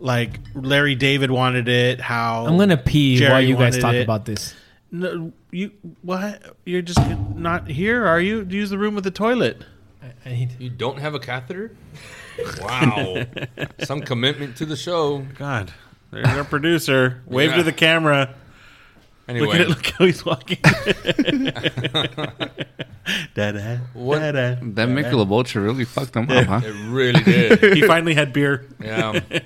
C: like Larry David wanted it. How
B: I'm going to pee while
C: Jerry
B: you guys
C: wanted
B: talk
C: it.
B: about this.
C: No, you what? You're just not here, are you? Use the room with the toilet.
B: I need-
D: You don't have a catheter? Wow. Some commitment to the show.
C: God, there's our producer. Wave
D: Yeah.
C: to the camera. Look
D: Anyway,
C: at it. Look how he's walking. da-da,
D: What-
C: da-da.
E: That Michelob Ultra really fucked them up, huh?
D: it really did.
C: He finally had beer.
D: Yeah. The,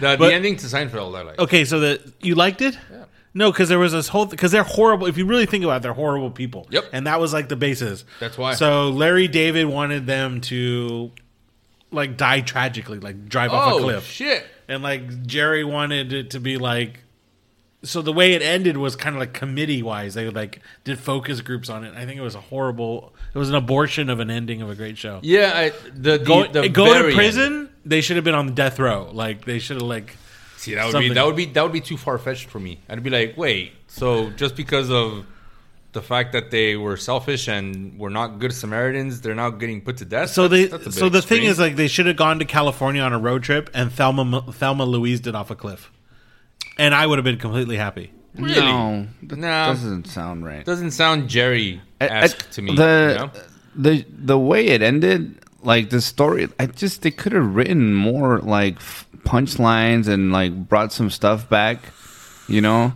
C: But- Oh,
D: the ending to Seinfeld, I like.
C: Okay, so that you liked it? No, because there was this whole because they're horrible. If you really think about it, they're horrible people.
D: Yep.
C: and that was like the basis.
D: That's why.
C: So Larry David wanted them to like die tragically, like drive off a
D: Oh
C: cliff,
D: shit.
C: and like Jerry wanted it to be like. So the way it ended was kind of like committee wise. They like did focus groups on it. I think it was a horrible. It was an abortion of an ending of a great show.
D: Yeah, I, the, the
C: Go,
D: the
C: go
D: very
C: to
D: end.
C: prison. They should have been on death row. Like they should have like.
D: See, that would
C: Something.
D: be that would be that would be too far fetched for me. I'd be like, wait, so just because of the fact that they were selfish and were not good Samaritans, they're now getting put to death.
C: So they,
D: That's- that's a bit
C: so the thing
D: extreme.
C: is, like, they should have gone to California on a road trip, and Thelma Thelma Louise did off a cliff, and I would have been completely happy.
D: really
E: No, that
D: No.
E: doesn't sound right.
D: doesn't sound Jerry esque
E: I- I-
D: to me.
E: Uh, The,
D: you know?
E: the the way it ended, like the story, I just they could have written more like f- punchlines and like brought some stuff back, you know.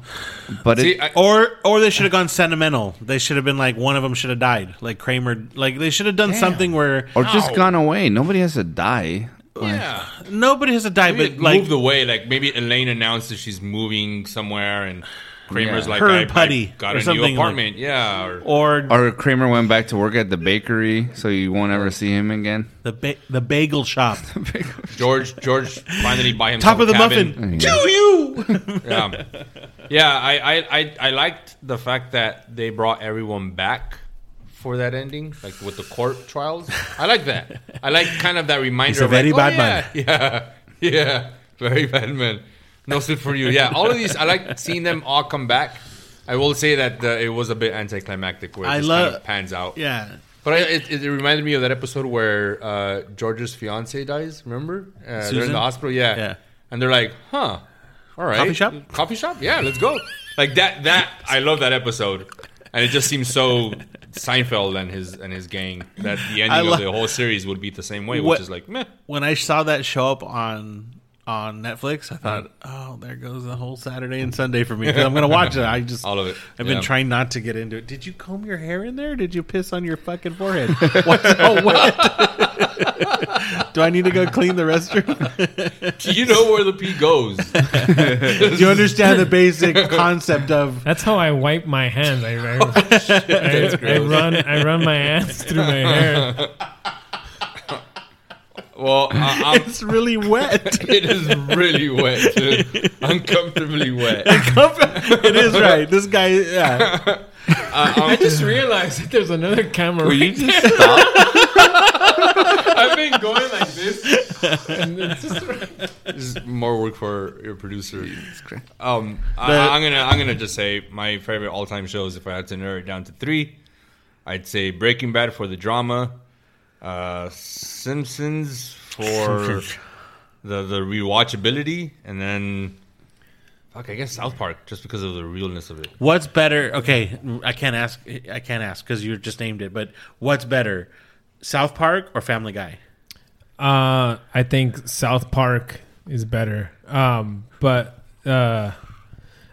E: But
D: See,
E: it,
D: I-
C: Or, or they should have gone sentimental. They should have been like one of them should have died, like Kramer. Like they should have done something where Oh,
E: or just gone away. Nobody has to die.
D: yeah,
C: nobody has to die,
D: maybe
C: but
D: it
C: like
D: moved away. Like maybe Elaine announced that she's moving somewhere, and Kramer's
E: Yeah.
D: like,
E: Her
D: I, I
E: putty
D: got
E: or
D: a new
E: something like-
D: apartment. yeah. Or,
C: or
E: or Kramer went back to work at the bakery, so you won't ever see him again.
C: The ba- the bagel shop.
D: George George finally buy himself
C: Top of
D: a
C: the
D: cabin.
C: muffin. To you.
D: yeah, yeah. I, I I I liked the fact that they brought everyone back for that ending, like with the court trials. I like that. I like kind of that reminder.
C: He's a
D: of like,
C: very
D: oh,
C: bad
D: yeah, man. Yeah, yeah, very bad man. No suit for you. Yeah, all of these. I like seeing them all come back. I will say that uh, it was a bit anticlimactic where it
C: I
D: just
C: love-
D: kind of pans out.
C: Yeah.
D: But I, it, it reminded me of that episode where uh, George's fiance dies. Remember? Uh, they're in
C: Susan?
D: the hospital. Yeah.
C: Yeah.
D: And they're like, huh. All right.
C: Coffee shop?
D: Coffee shop? Yeah, let's go. Like that that I love that episode. And it just seems so Seinfeld and his and his gang that the
C: I
D: ending
C: lo-
D: of the whole series would be the same way,
C: What-
D: which is like meh.
C: When I saw that show up on on Netflix, I thought, oh, there goes the whole Saturday and Sunday for me. 'cause I'm going to watch it. I just
D: All of it.
C: I've
D: Yeah.
C: been trying not to get into it. Did you comb your hair in there? Or did you piss on your fucking forehead? what? Oh, what? Do I need to go clean the restroom?
D: Do you know where the pee goes?
C: Do you understand the basic concept of
B: That's how I wipe my hands. I, I,
D: that's
B: I, I
D: gross.
B: run I run my hands through my hair.
D: Well, I, I'm,
C: it's really wet.
D: it is really wet, dude. uncomfortably wet.
C: it is right. This guy, yeah.
B: I just realized that there's another camera.
E: Will you
B: right
E: just stop?
D: I've been going like this. And it's just- this is more work for your producer. Um, I, I'm gonna I'm gonna just say my favorite all time shows. If I had to narrow it down to three, I'd say Breaking Bad for the drama, uh, Simpsons for the the rewatchability, and then fuck, I guess South Park just because of the realness of it.
C: What's better? Okay, I can't ask. I can't ask because you just named it. But what's better, South Park or Family Guy?
B: Uh, I think South Park is better. Um, but uh,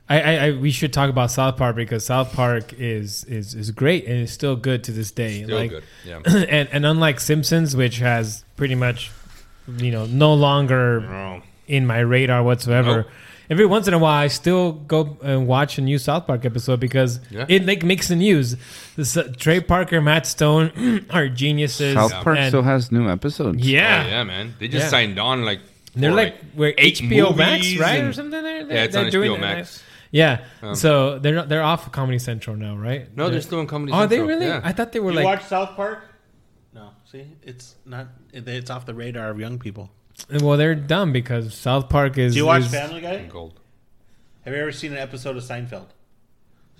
B: I, I, I we should talk about South Park because South Park is is is great and is still good to this day.
D: Still
B: like,
D: good, yeah.
B: and and unlike Simpsons, which has pretty much, you know, no longer
D: Oh,
B: in my radar whatsoever.
D: Nope.
B: Every once in a while, I still go and watch a new South Park episode because
D: Yeah.
B: it like makes the news. This, uh, Trey Parker, Matt Stone are geniuses.
E: South Park
B: and-
E: still has new episodes.
B: yeah,
D: Oh, yeah, man, they just
B: Yeah.
D: signed on like
B: they're
D: for,
B: like, we're
D: eight
B: HBO Max,
D: movies
B: right,
D: and-
B: or something. They're, they're,
D: Yeah, it's
B: they're
D: on
B: doing
D: HBO
B: it, right?
D: Max. Um,
B: Yeah, so they're not, they're off Comedy Central now, right?
D: No, they're still on Comedy
B: Are they
D: Central,
B: really?
D: yeah.
B: I thought they were
C: You
B: like.
C: watch South Park? No. See, it's not. It's off the radar of young people.
B: well, they're dumb because South Park is.
C: Do you watch
B: is-
C: Family Guy?
D: gold.
C: Have you ever seen an episode of Seinfeld?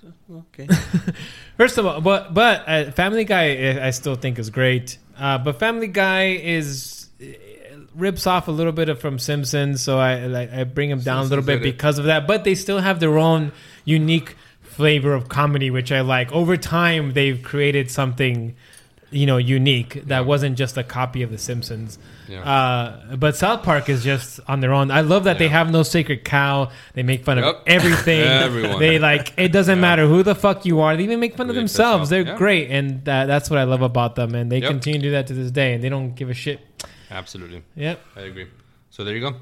C: Okay.
B: First of all, but but uh, Family Guy, I, I still think is great. Uh, but Family Guy is eh, rips off a little bit of from Simpsons, so I like I bring them down a little bit
D: Simpsons did it.
B: because of that. But they still have their own unique flavor of comedy, which I like. Over time, they've created something you know unique that wasn't just a copy of The Simpsons.
D: Yeah.
B: Uh, but South Park is just on their own. I love that they have no sacred cow. They make fun of
D: Yep.
B: everything.
D: Everyone.
B: They like it doesn't matter who the fuck you are. They even make fun of
D: They make
B: themselves.
D: themselves,
B: They're
D: yeah.
B: great, and that, that's what I love about them. And they
D: Yep.
B: continue to do that to this day, and they don't give a shit.
D: Absolutely,
B: Yep.
D: I agree. So there you go.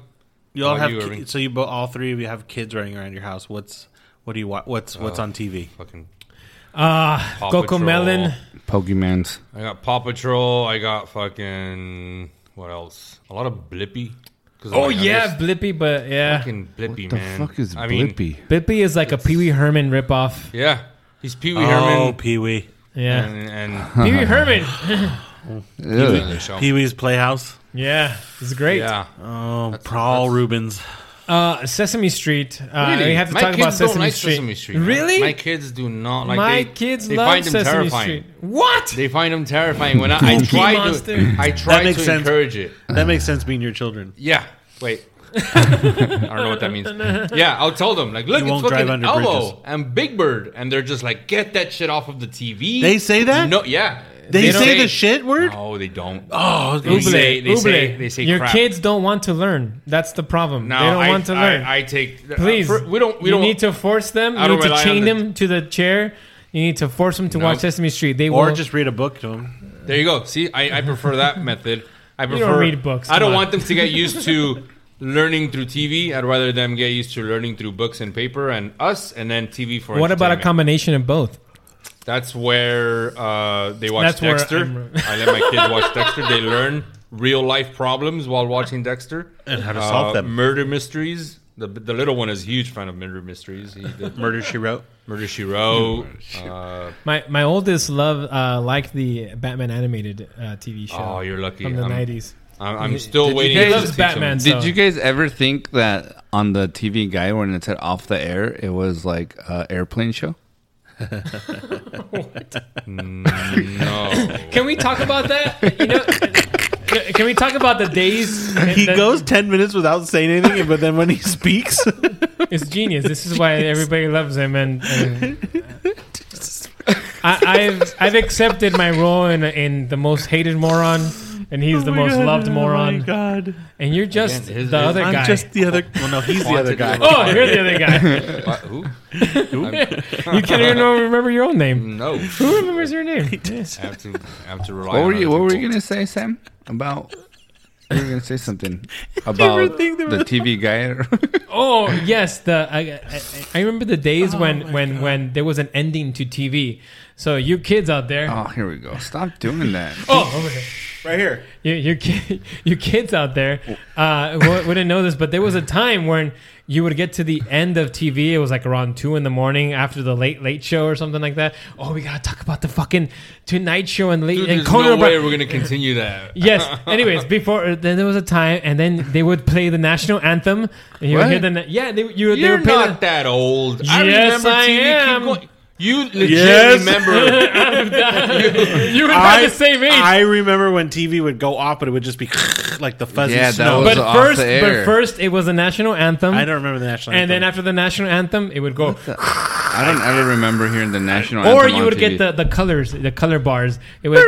C: You
D: How
C: all
D: about
C: have
D: you,
C: ki-
D: Irving?
C: so you bo- all three of you have kids running around your house. What's what do you watch? What's what's on TV?
D: Fucking
B: Ah,
D: Paw
B: Coco
D: Patrol.
B: Melon.
E: Pokemans.
D: I got Paw Patrol. I got fucking what else? A lot of Blippy. 'Cause I'm
B: Oh
D: like, I
B: yeah,
D: miss
B: Blippy, but yeah,
D: fucking Blippy,
E: What the
D: man.
E: fuck is
D: I mean,
E: Blippy?
B: Blippy is like a Pee Wee Herman ripoff.
D: yeah, he's Pee Wee
C: Oh,
D: Herman.
C: Pee Wee.
B: Yeah,
D: And, and
B: Pee Wee Herman.
E: Ugh.
D: the show.
C: Pee Wee's Playhouse.
B: Yeah, it's great.
D: Yeah,
C: Oh, Paul Rubens.
B: Uh, Sesame Street. Uh,
D: Really?
B: We have to
D: My
B: talk
D: kids
B: about Sesame,
D: don't like
B: Street.
D: Sesame Street. man.
B: Really?
D: My kids do not like.
B: My
D: they,
B: kids
D: they
B: love
D: find them
B: Sesame
D: terrifying.
B: Street. What?
D: They find them terrifying when I, I try
B: Monster.
D: to. I try to
C: makes sense.
D: encourage it.
C: That makes sense. Being your children.
D: Yeah. Wait. I don't know what that means. Yeah, I'll tell them like, look,
C: You
D: it's
C: won't drive
D: fucking
C: under bridges.
D: Elmo and Big Bird, and they're just like, get that shit off of the TV.
C: They say that?
D: No, yeah,
C: They,
B: don't-
C: say the shit word.
D: No, they don't.
C: Oh,
D: They say- they say- they say
B: Your
D: crap.
B: kids don't want to learn. That's the problem.
D: No,
B: they don't
D: I,
B: want to
D: I-
B: learn.
D: I, take. uh,
B: Please,
D: for- we don't. We
B: you
D: don't
B: need to force them.
D: I
B: You
D: don't
B: need to
D: rely on
B: chain
D: the-
B: them to the chair. You need to force them to watch
D: Nope.
B: Sesame Street. They
C: or
B: will.
C: just read a book to him.
D: There you go. See, I, I prefer that method. I
B: don't
D: prefer
B: read books,
D: I don't
B: come on.
D: want them to get used to learning through TV. I'd rather them get used to learning through books and paper and us, and then TV for
B: What about a
D: entertainment.
B: combination of both?
D: That's where uh, they watch
B: That's where
D: Dexter.
B: I'm-
D: I let my kids watch Dexter. They learn real life problems while watching Dexter Uh,
C: And how to solve them.
D: Murder mysteries. The, the little one is a huge fan of murder mysteries. He did
C: Murder, She Wrote.
D: Murder She Wrote. Uh,
B: My my oldest love uh, liked the Batman animated uh, TV show.
D: oh, you're lucky.
B: From the
D: I'm-
B: nineties.
D: I'm, I'm still
B: Did you
D: waiting.
B: guys-
D: to
B: He loves
D: see some-
B: Batman.
E: Did
B: so-
E: you guys ever think that on the TV guy when it said off the air, it was like a airplane show?
D: Mm, No.
B: Can we talk about that? You know, c- can we talk about the days?
C: He
B: the-
C: goes 10 minutes without saying anything, but then when he speaks,
B: It's genius. This is why everybody loves him, and, and I, I've I've accepted my role in in the most hated moron, and he's the most loved
C: Oh my
B: moron,
C: God.
B: and you're just
D: Again, his-
B: the
D: his-
B: other
C: I'm
B: guy.
C: just the other. Well, no, he's the other guy.
B: oh, you're the other guy.
D: What? Who?
B: You can't even remember your own name.
D: No.
B: Who remembers your name?
D: I have to, I have to
B: Oh,
D: rely
E: What
D: on
E: were
D: other
E: you What were you
D: people.
E: gonna say, Sam? About you were gonna say something about the TV guy.
B: Oh yes, the I, I, I remember the days when when when there was an ending to TV. So you kids out there,
D: Uh-huh.
E: oh, here we go. Stop doing that.
B: Oh, over here.
C: Right here.
B: You, you, ki- you kids out there uh, wo- wouldn't know this, but there was a time when you would get to the end of TV. It was like around 2 in the morning after the late, late show or something like that. Oh, we got to talk about the fucking Tonight Show and, late,
D: Dude,
B: and
D: there's
B: Conan
D: no way
B: O'Brien.
D: we're gonna continue that.
B: Yes. Anyways, before uh, then there was a time, and then they would play the national anthem. And you would
E: What?
B: hear the na- yeah, they, you would- they
D: You're
B: would play
D: not that old. I
B: Yes,
D: remember
B: I
D: TV keep
B: am.
D: going- You legit
C: Yes.
D: remember?
B: the. You were about the same age.
C: I remember when TV would go off, but it would just be like the fuzzy
E: Yeah, that
C: snow.
E: was-
B: but
E: off
B: first,
E: the
B: but
E: air.
B: first, it was the national anthem.
C: I don't remember the national.
B: and then
C: anthem.
B: after the national anthem, it would go.
E: I don't ever remember hearing the national.
B: or
E: anthem
B: you
E: on
B: would get
E: TV.
B: the, the colors, the color bars. It was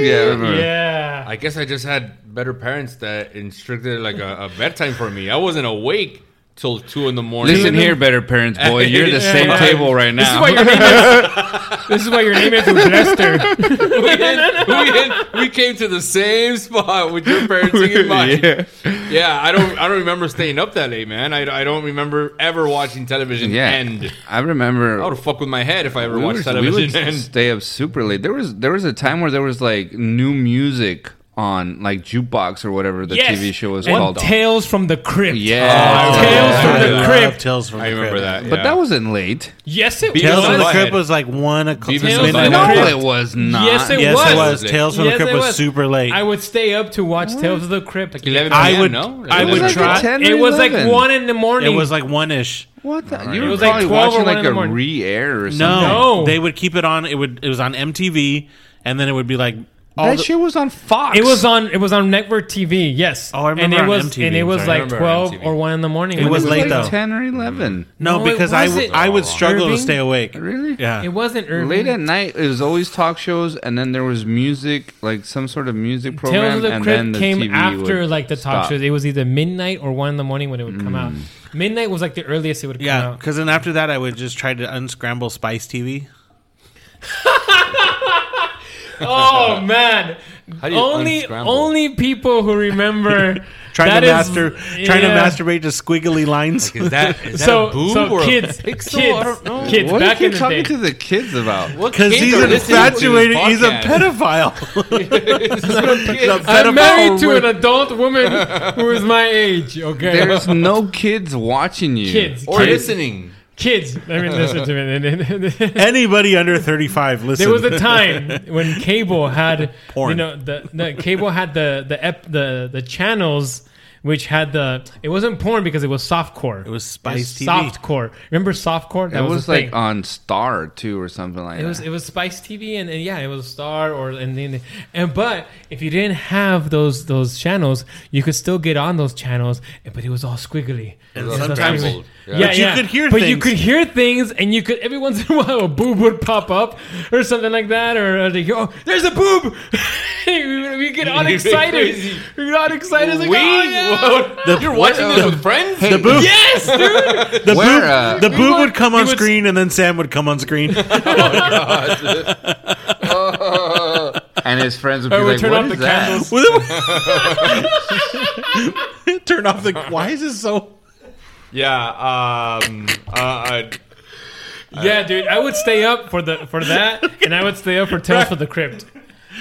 E: yeah. I remember.
B: yeah.
D: I guess I just had better parents that instructed like a, a bedtime for me. I wasn't awake till two in the morning.
E: Listen here, better parents, boy. You're the same
B: Yeah.
E: table right
B: This is
E: now.
B: why your name is. this is why your name is Lester.
D: we, didn't- we, didn't- we came to the same spot with your parenting in mind.
E: Yeah.
D: Yeah. I don't. I don't remember staying up that late, man. I, I don't remember ever watching television
E: yeah,
D: end.
E: I
D: I
E: remember
D: would fuck with my head if I ever
E: we
D: watched
E: would, we
D: television
E: would
D: end.
E: stay up super late. There was there was a time where there was like new music on like jukebox or whatever the TV show was
B: and Oh,
E: called.
B: Tales from the Crypt.
E: yeah,
B: Tales
C: I
B: from the
C: Oh, love
B: Crypt.
C: Tales from
D: I
C: the
D: remember
C: Crypt.
D: that.
E: but
D: yeah.
E: that wasn't late.
B: Yes, it
D: Beavis
C: Tales from
D: and
C: the
B: was.
D: Butt-Head.
C: Crypt was like one o'clock.
D: Beavis and
B: Tales
C: midnight
B: from the
E: No,
C: o'clock.
B: Crypt.
E: it was not.
B: Yes, it
C: Yes,
B: was.
C: it was. Tales from the
B: Yes,
C: Crypt
B: it
C: was super late.
B: I would stay up to watch Tales of the Crypt.
D: 11
C: I
D: p.m.,
C: would-
D: No,
B: I
E: was
B: would
E: like
B: try.
E: 10 or
B: it was like
E: 11.
B: one in the morning.
C: It was like one ish.
E: What? The, you
B: It
E: were
B: was like
E: probably
B: 12 or
E: watching
B: 1 in
E: like
B: the
E: a
B: morning.
E: re-air or something.
C: No,
B: No.
C: they would keep it on. It would. It was on MTV, and then it would be like all
E: that
C: the,
E: shit was on Fox.
B: It was on. It was on network TV. Yes.
C: Oh, I remember
B: And it
C: on
B: was
C: MTV,
B: and it was
C: sorry. I
B: like
D: remember on
B: twelve
D: MTV.
B: or one in the morning.
C: It
B: when
C: was
E: It was
C: late,
E: like
C: though.
E: ten or eleven.
C: no,
B: No, it
C: because I would
B: wasn't.
C: I would struggle
B: Irving?
C: to stay awake.
E: Really?
C: Yeah,
B: It wasn't Irving.
E: Late at night, it was always talk shows, and then there was music, like some sort of music program.
B: Tales of the
E: and then
B: Crypt
E: the
B: came
E: TV
B: after
E: would
B: like the talk
E: stop.
B: shows. It was either midnight or one in the morning when it would come out. Midnight was like the earliest it would come
C: yeah.
B: out.
C: Because then after that, I would just try to unscramble Spice TV.
B: Oh man!
D: do you
B: Only
D: unscramble?
B: only people who remember
C: Trying
B: that
C: to
B: is-
C: master, trying
B: yeah.
C: to masturbate to squiggly lines.
D: Is that, is that
B: So,
D: a boob
B: so
D: or
B: kids,
D: a pixel? I
B: kids,
D: don't know.
B: kids.
E: What
B: Back
E: are you
B: in the
E: talking
B: day,
E: to the kids about?
D: What
C: Because
D: kids
C: he's
D: are listening to this
C: infatuated. He's a
D: podcast?
C: pedophile.
D: Kids.
B: I'm married to an adult woman who is my age. Okay,
E: There's no kids watching you.
B: kids,
D: or
B: kids,
D: listening.
B: kids. I mean, listen to me.
C: Anybody under thirty-five, listen.
B: There was a time when cable had
C: Porn.
B: you know the, the cable had the the ep, the the channels which had the it wasn't porn because it was softcore. It
C: was Spice TV.
B: Softcore. Remember softcore?
E: It was,
B: a
E: like
B: thing.
E: on Star too, or something like
B: it was
E: that.
B: it was Spice TV and, and yeah, it was Star or and then and but if you didn't have those those channels, you could still get on those channels, but it was all squiggly. It was all
D: sometimes-
B: squiggly.
D: Yeah.
B: yeah,
C: But you
B: yeah.
C: could hear
B: but you
C: things.
B: could hear things, and you could every once in a while a boob would pop up or something like that, or uh, like, oh, there's a boob. we, we get all
D: You're
B: excited.
D: crazy.
B: We get all excited. It's Like,
D: We?
B: oh, yeah.
D: You're watching this with friends?
E: Hey,
C: boob.
B: Yes, dude.
C: the
E: Where,
C: boob,
E: uh,
C: the boob would come
B: he
C: on
B: would-
C: screen, and then Sam would come on screen.
E: and his friends would be
B: All right,
E: like,
B: we'll turn
E: "What
B: off
E: is
B: the candles."
E: that?"
C: turn off the. Why is it so?
D: Yeah. Um, uh, uh,
B: yeah, dude, I would stay up for the for that, and I would stay up for Tales for the Crypt.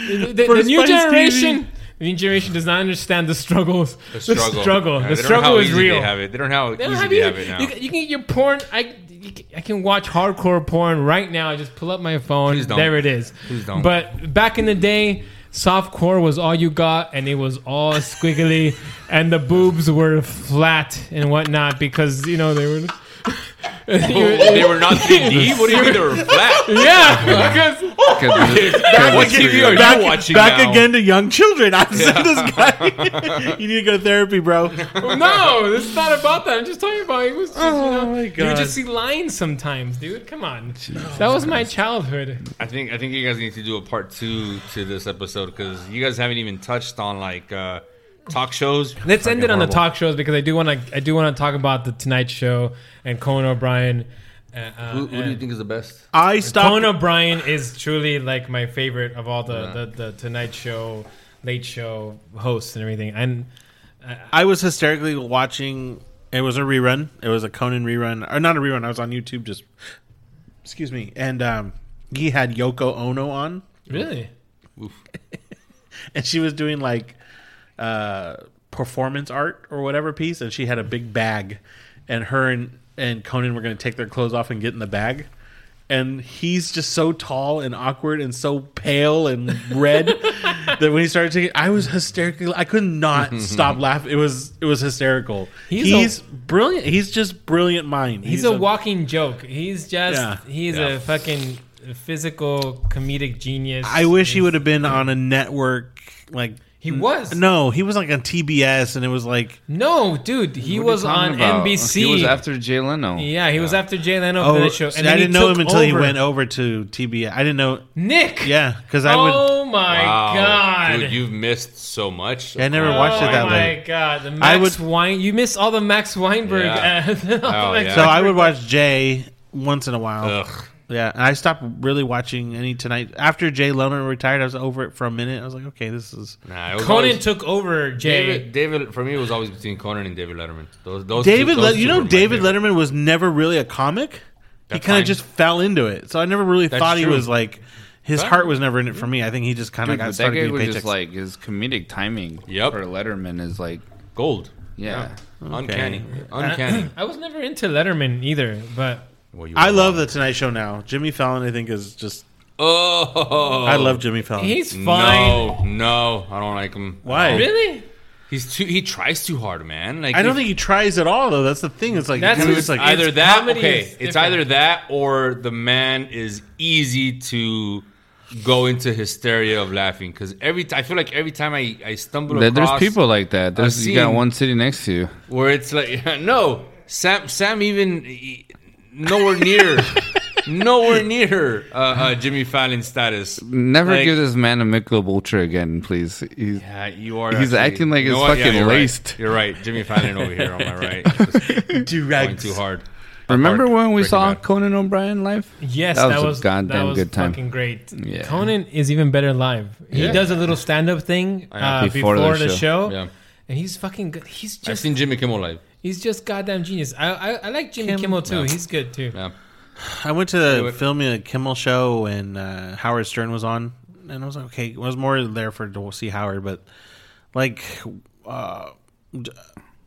B: The, the-
C: For
B: the new
C: Spice TV.
B: generation, the new generation does not understand the struggles.
D: the struggle.
B: the struggle,
D: Yeah,
B: the
D: they don't know how
B: struggle is
D: easy
B: real.
D: They have it. They don't know how
B: They don't
D: easy
B: have
D: they
B: either.
D: have it now.
B: You, can- you can get your porn. I you can- I can watch hardcore porn right now. I just pull up my phone.
D: Please don't.
B: There it is.
D: Please don't.
B: But back in the day, soft core was all you got, and it was all squiggly, and the boobs were flat and whatnot because you know they were.
D: they were not 3D. What do you mean they were flat?
B: Yeah, because
D: What TV are you watching
C: back
D: now?
C: again to young children. I'm saying this guy. you need to go to therapy, bro.
B: oh, no, this is not about that. I'm just talking about it was. Just, you know,
C: my
B: You
C: God.
B: would just see lines sometimes, dude. Come on, that was my childhood.
D: I think I think you guys need to do a part two to this episode because you guys haven't even touched on like uh, talk shows.
B: Let's
D: Fucking
B: end it on the
D: horrible.
B: talk shows because I do want to. I do want to talk about the Tonight Show and Conan O'Brien. Uh, uh,
D: Who, who do you
B: and-
D: think is the best?
C: I stopped.
B: Conan O'Brien is truly like my favorite of all the, the, the Tonight Show, Late Show hosts and everything. And
C: I was hysterically watching. It was a rerun. It was a Conan rerun, or not a rerun. I was on YouTube. Just excuse me. And um, he had Yoko Ono on,
B: really,
C: and she was doing like uh, performance art or whatever piece, and she had a big bag, and her and and Conan were going to take their clothes off and get in the bag. And he's just so tall and awkward and so pale and red that when he started taking, I was hysterically, I could not stop laughing. It was it was hysterical. He's,
B: He's a-
C: brilliant. He's just brilliant mind.
B: he's, a, walking joke. He's just
C: Yeah.
B: he's
D: Yeah.
B: a fucking physical comedic genius.
C: I wish he would have been on a network like
B: He was.
C: No, he was like on TBS, and it was like
B: No, dude, he was on NBC.
E: He was after Jay Leno.
B: yeah, he was after Jay Leno for
C: Oh,
B: that show.
C: see,
B: then
C: I
B: he
C: didn't know
B: took
C: him until he
B: over.
C: went over to TBS. I didn't know.
B: Nick.
C: Yeah, because I would.
B: Oh my
D: Wow.
B: god.
D: dude, you've missed so much.
C: I never watched it that
B: Oh my
C: late.
B: god, the
C: I
B: Max
C: would-
B: Wein. You miss all the Max Weinberg.
D: Yeah.
B: ads. All the
D: Oh,
B: Max
D: yeah.
C: So I would watch Jay once in a while.
D: Ugh.
C: Yeah, and I stopped really watching any tonight after Jay Leno retired. I was over it for a minute. I was like, okay, this is
D: Nah, it was
B: Conan
D: always-
B: took over Jay.
D: David, David. For me, it was always between Conan and David Letterman. Those, those two-
C: David.
D: those
C: Le- you
D: two
C: know,
D: were my
C: David
D: favorite.
C: Letterman was never really a comic.
D: That's
C: he kind
D: fine.
C: of just fell into it. So I never really
D: That's
C: thought he
D: true.
C: was like his heart was never in it for me. I think he just kind of
E: Dude,
C: got
E: but that
C: started
E: guy
C: getting
E: was
C: paychecks.
E: just like his comedic timing
D: Yep.
E: for Letterman is like,
D: Gold.
E: yeah.
D: Uncanny.
C: Uh,
D: Uncanny.
B: I was never into Letterman either, but
D: Well, you
C: I
D: were
C: love
D: wrong.
C: the Tonight Show now. Jimmy Fallon, I think, is just.
D: Oh,
C: I love Jimmy Fallon.
B: he's fine.
D: No, no, I don't like him.
C: Why?
B: Really?
D: He's too. He tries too hard, man. Like
C: I don't
D: he-
C: think he tries at all though. That's the thing. It's like
B: That's
C: dude,
B: his-
C: it's like
B: I-
D: either
B: it's
D: that.
B: comedy
D: Okay,
B: is
D: it's
B: different.
D: either that or the man is easy to go into hysteria of laughing because every t- I feel like every time I I stumble
E: There- There's
D: across
E: people like that. There's you got
D: seen-
E: one sitting next to you.
D: where it's like no Sam Sam even e- nowhere near nowhere near uh, uh, Jimmy Fallon status.
E: Never
D: Like,
E: give this man a Michelob Ultra again, please. He's,
D: Yeah, Uh, you are.
E: He's acting like
D: you know
E: it's
D: what? Yeah,
E: fucking
D: you're right.
E: laced.
D: You're right, Jimmy Fallon over here on my right, Just going too hard.
E: Remember
D: Hard.
E: when we
D: Breaking
E: saw
D: Bad.
E: Conan O'Brien live?
B: Yes,
E: that
B: that
E: was
B: was,
E: a
B: goddamn
E: goddamn good time.
B: Fucking great.
E: Yeah.
B: Conan is even better live. He
D: Yeah.
B: does a little stand-up thing
D: Yeah.
B: uh, before, the, show,
D: Yeah.
B: and he's fucking good. He's
D: I've
B: just
D: seen Jimmy Kimmel live.
B: he's just goddamn genius. I I, I like Jimmy Kimmel too. He's good too.
D: Yeah.
C: I went to film a Kimmel show and uh, Howard Stern was on, and I was like, okay, I was more there for to see Howard, but like, uh, d-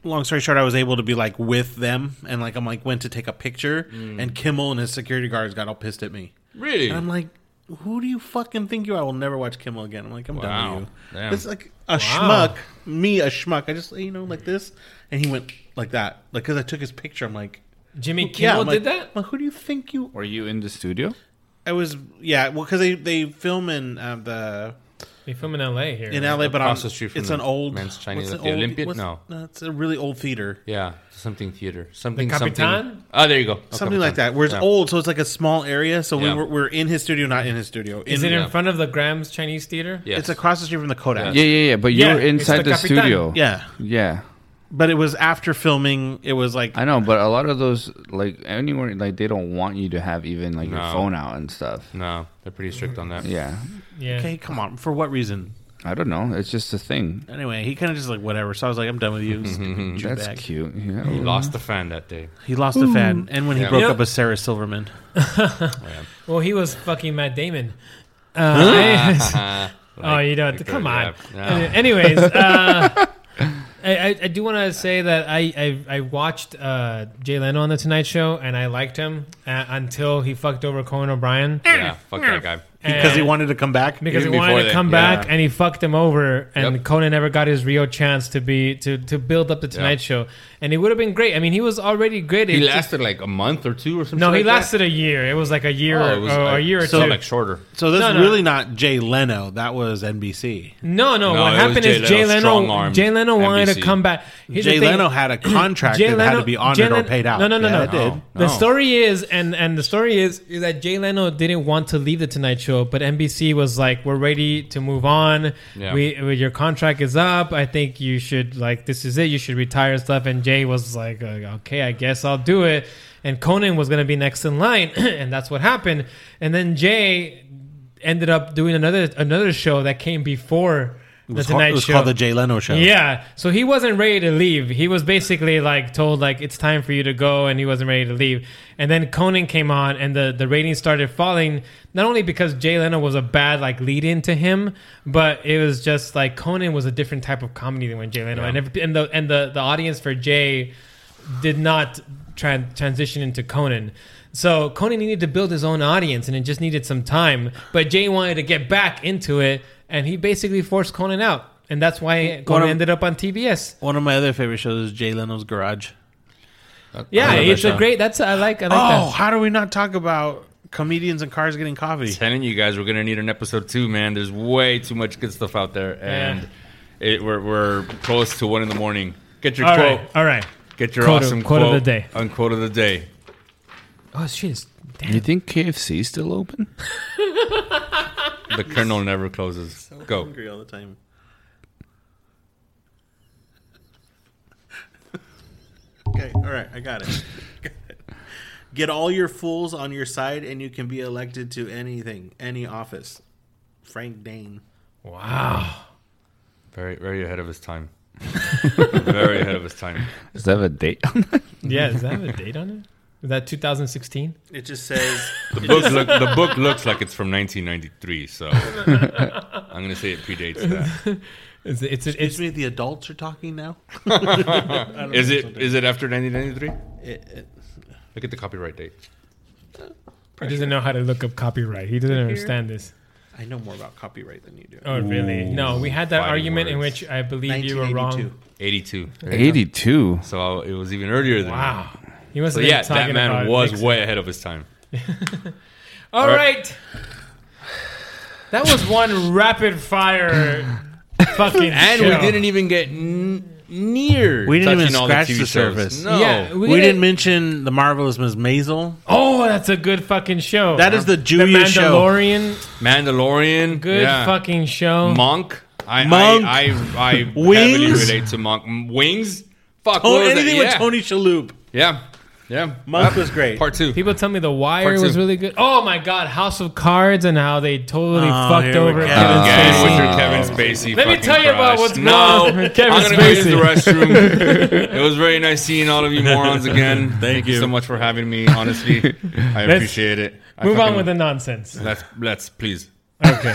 C: long story short, I was able to be like with them, and like I'm like went to take a picture, and Kimmel and his security guards got all pissed at me,
D: Really?
C: and I'm like. Who do you fucking think you are? I will never watch Kimmel again. I'm like, I'm
D: Wow.
C: done with you.
D: Damn.
C: It's like a schmuck, me a schmuck. I just you know like this, and he went like that, like because I took his picture. I'm like,
B: Jimmy
C: yeah,
B: Kimmel
C: I'm
B: did
C: like,
B: that.
C: Well, who do you think you
E: Were you in the studio?
C: I was yeah, well, because they they film in uh, the
B: They film in L.A. here.
C: in LA, but on,
D: across the street from
C: it's
D: the
C: an old
D: Men's Chinese
C: what's
D: at
C: an
D: the
C: old-
D: Olympic?
C: what's-
D: No.
C: it's a really old theater,
D: Yeah, something theater, something
B: The
D: something.
B: Capitan?
D: Oh, there you go. El
C: something like
D: Capitan.
C: that. Where it's
D: Yeah.
C: old, so it's like a small area. So
D: Yeah.
C: we were, we're in his studio, not in his studio.
B: Is it
C: In-
B: in
D: Yeah.
B: front of the Graham's Chinese Theater?
D: Yes.
C: It's across the street from the Kodak.
E: Yeah, yeah, yeah. But you
B: Yeah,
E: were
B: it's
E: inside
B: the
E: the,
B: Capitan.
E: studio.
C: Yeah.
E: Yeah.
C: But it was after filming. It was like
E: I know, but a lot of those like anywhere like they don't want you to have even like your
D: No.
E: phone out and stuff.
D: No, they're pretty strict on that.
E: Yeah,
B: Yeah.
C: okay, come on. For what reason?
E: I don't know. It's just a thing.
C: Anyway, he kind of just like whatever. So I was like, I'm done with you. stupid Jew
E: That's
C: bag.
E: cute. Yeah.
D: He lost the fan that day.
C: He lost a fan, and when he
D: Yeah.
C: broke
B: Yep.
C: up with Sarah Silverman,
B: Well, he was fucking Matt Damon. Uh, oh, you don't.
D: Like,
B: Come
D: uh,
B: on.
D: yeah.
B: Uh, anyways, uh, I, I, I do want to say that I I, I watched uh, Jay Leno on the Tonight Show and I liked him uh, until he fucked over Conan O'Brien
D: Yeah, fuck that guy.
C: because he
B: And-
C: wanted to come back.
B: because he
D: Even
B: wanted
D: before
B: to
D: that,
B: come
D: yeah.
B: back and he fucked him over and
D: Yep.
B: Conan never got his real chance to be to to build up the Tonight Show and it would have been great. I mean, he was already good.
D: He
B: It just-
D: lasted like a month or two or something.
B: No, he
D: like that.
B: lasted a year. It was like a year,
D: Oh, it
B: or
D: was,
B: or
D: like,
B: a year or
D: so
B: two.
D: like shorter.
C: So that's
B: No, no.
C: really not Jay Leno. That was NBC.
B: No, no.
D: No,
B: what
D: it
B: happened
D: was Jay
B: is Jay
D: Leno
B: Leno.
D: strong-armed
B: Jay Leno wanted to
D: NBC.
B: come back. Here's the
C: Jay
B: thing.
C: Leno had a contract
B: Jay
C: that had
B: Leno-
C: to be honored
B: Jay
C: or
B: Len-
C: paid out.
B: No, no, no,
C: Yeah,
B: no.
C: it did.
B: The story is, and and the story is, is that Jay Leno didn't want to leave the Tonight Show, but NBC was like, "We're ready to move on.
D: Yeah.
B: We, we- your contract is up. I think you should like this is it. You should retire and stuff." And Jay was like, uh, "Okay, I guess I'll do it." And Conan was going to be next in line, and that's what happened. And then Jay ended up doing another another show that came before.
C: It
B: The
C: was, called,
B: Tonight
C: it was
B: Show.
C: called the Jay Leno Show.
B: Yeah. So he wasn't ready to leave. He was basically like told like it's time for you to go and he wasn't ready to leave. And then Conan came on and the, the ratings started falling, not only because Jay Leno was a bad like lead in to him, but it was just like Conan was a different type of comedy than when Jay Leno and, if, and the and the, the audience for Jay did not tran transition into Conan. So Conan needed to build his own audience, and it just needed some time. But Jay wanted to get back into it, and he basically forced Conan out, and that's why Conan
C: of-
B: ended up on TBS.
C: One of my other favorite shows is Jay Leno's Garage.
B: Yeah,
C: love that
B: it's a
C: show.
B: great. That's I like. I like
C: Oh,
B: that.
C: how do we not talk about comedians and cars getting coffee?
D: Telling you guys, we're gonna need an episode two, man. There's way too much good stuff out there, and it, we're we're close to one in the morning. Get your
B: All
D: quote.
B: right, all right.
D: Get your
B: Quote of-
D: awesome
B: quote of the day.
D: On quote of the day.
B: Oh shit! it's- Damn.
E: You think KFC still open?
D: The Colonel never closes. Go.
C: all the time. okay, all right, I got it. Get all your fools on your side, and you can be elected to anything, any office. Frank Dane.
B: Wow.
D: Very very ahead of his time. very ahead of his time.
E: Does that have a date on that?
B: Yeah, does that have a date on it? Is that 2016?
C: It just says
D: The book look, the book looks like it's from 1993, so I'm gonna say it predates that.
B: It's it's it's,
C: Excuse me, the adults are talking now.
D: Is it is it after 1993?
C: It- it-
D: Look at the copyright date.
B: he doesn't know how to look up copyright. He doesn't understand this.
C: I know more about copyright than you do.
B: Oh really? No, we had that
D: fighting
B: argument in
D: words.
B: which I believe Oh, you were wrong.
D: 82. There you go.
E: Eighty-two.
D: So it was even earlier than that.
B: Wow. He must
D: So
B: have been
D: yeah, that
B: talking
D: man
B: about it.
D: was
B: Makes-
D: way ahead of his time.
B: All right. That was one rapid fire fucking
D: And
B: show.
D: we didn't even get n- near.
C: We didn't
D: touching
C: even
D: all the
C: scratch
D: TV
C: the
D: shows.
C: surface.
D: No.
B: Yeah,
C: We, didn't mention the marvelous Ms. Maisel.
B: Oh, that's a good fucking show.
C: That is the
B: the
C: Julia show.
B: Mandalorian.
D: Mandalorian.
B: Good
D: yeah.
B: fucking show.
D: Monk. I,
C: Monk.
D: I, I, I heavily
C: Wings.
D: relate to Monk. M- Wings. Fuck.
C: Oh,
D: what was
C: anything
D: that?
C: with
D: yeah.
C: Tony Shalhoub.
D: Yeah. Yeah.
C: Monk
D: Uh,
C: was great.
D: Part two.
B: People tell me The Wire
D: Part two.
B: was really good. Oh my god, House of Cards and how they totally
C: Oh,
B: fucked
C: here we
B: over
C: go.
B: Kevin
D: Again,
B: Spacey.
D: with your Kevin Spacey.
B: Let me
D: fucking
B: tell you about
D: crush.
B: what's going
D: no,
B: on with Kevin
D: I'm gonna go use the
B: Spacey.
D: restroom. it was very nice seeing all of you morons again. Thank, you.
C: you.
D: so much for having me. Honestly, I appreciate it. I
B: Move on
D: fucking-
B: with the nonsense.
D: Let's let's please.
B: Okay.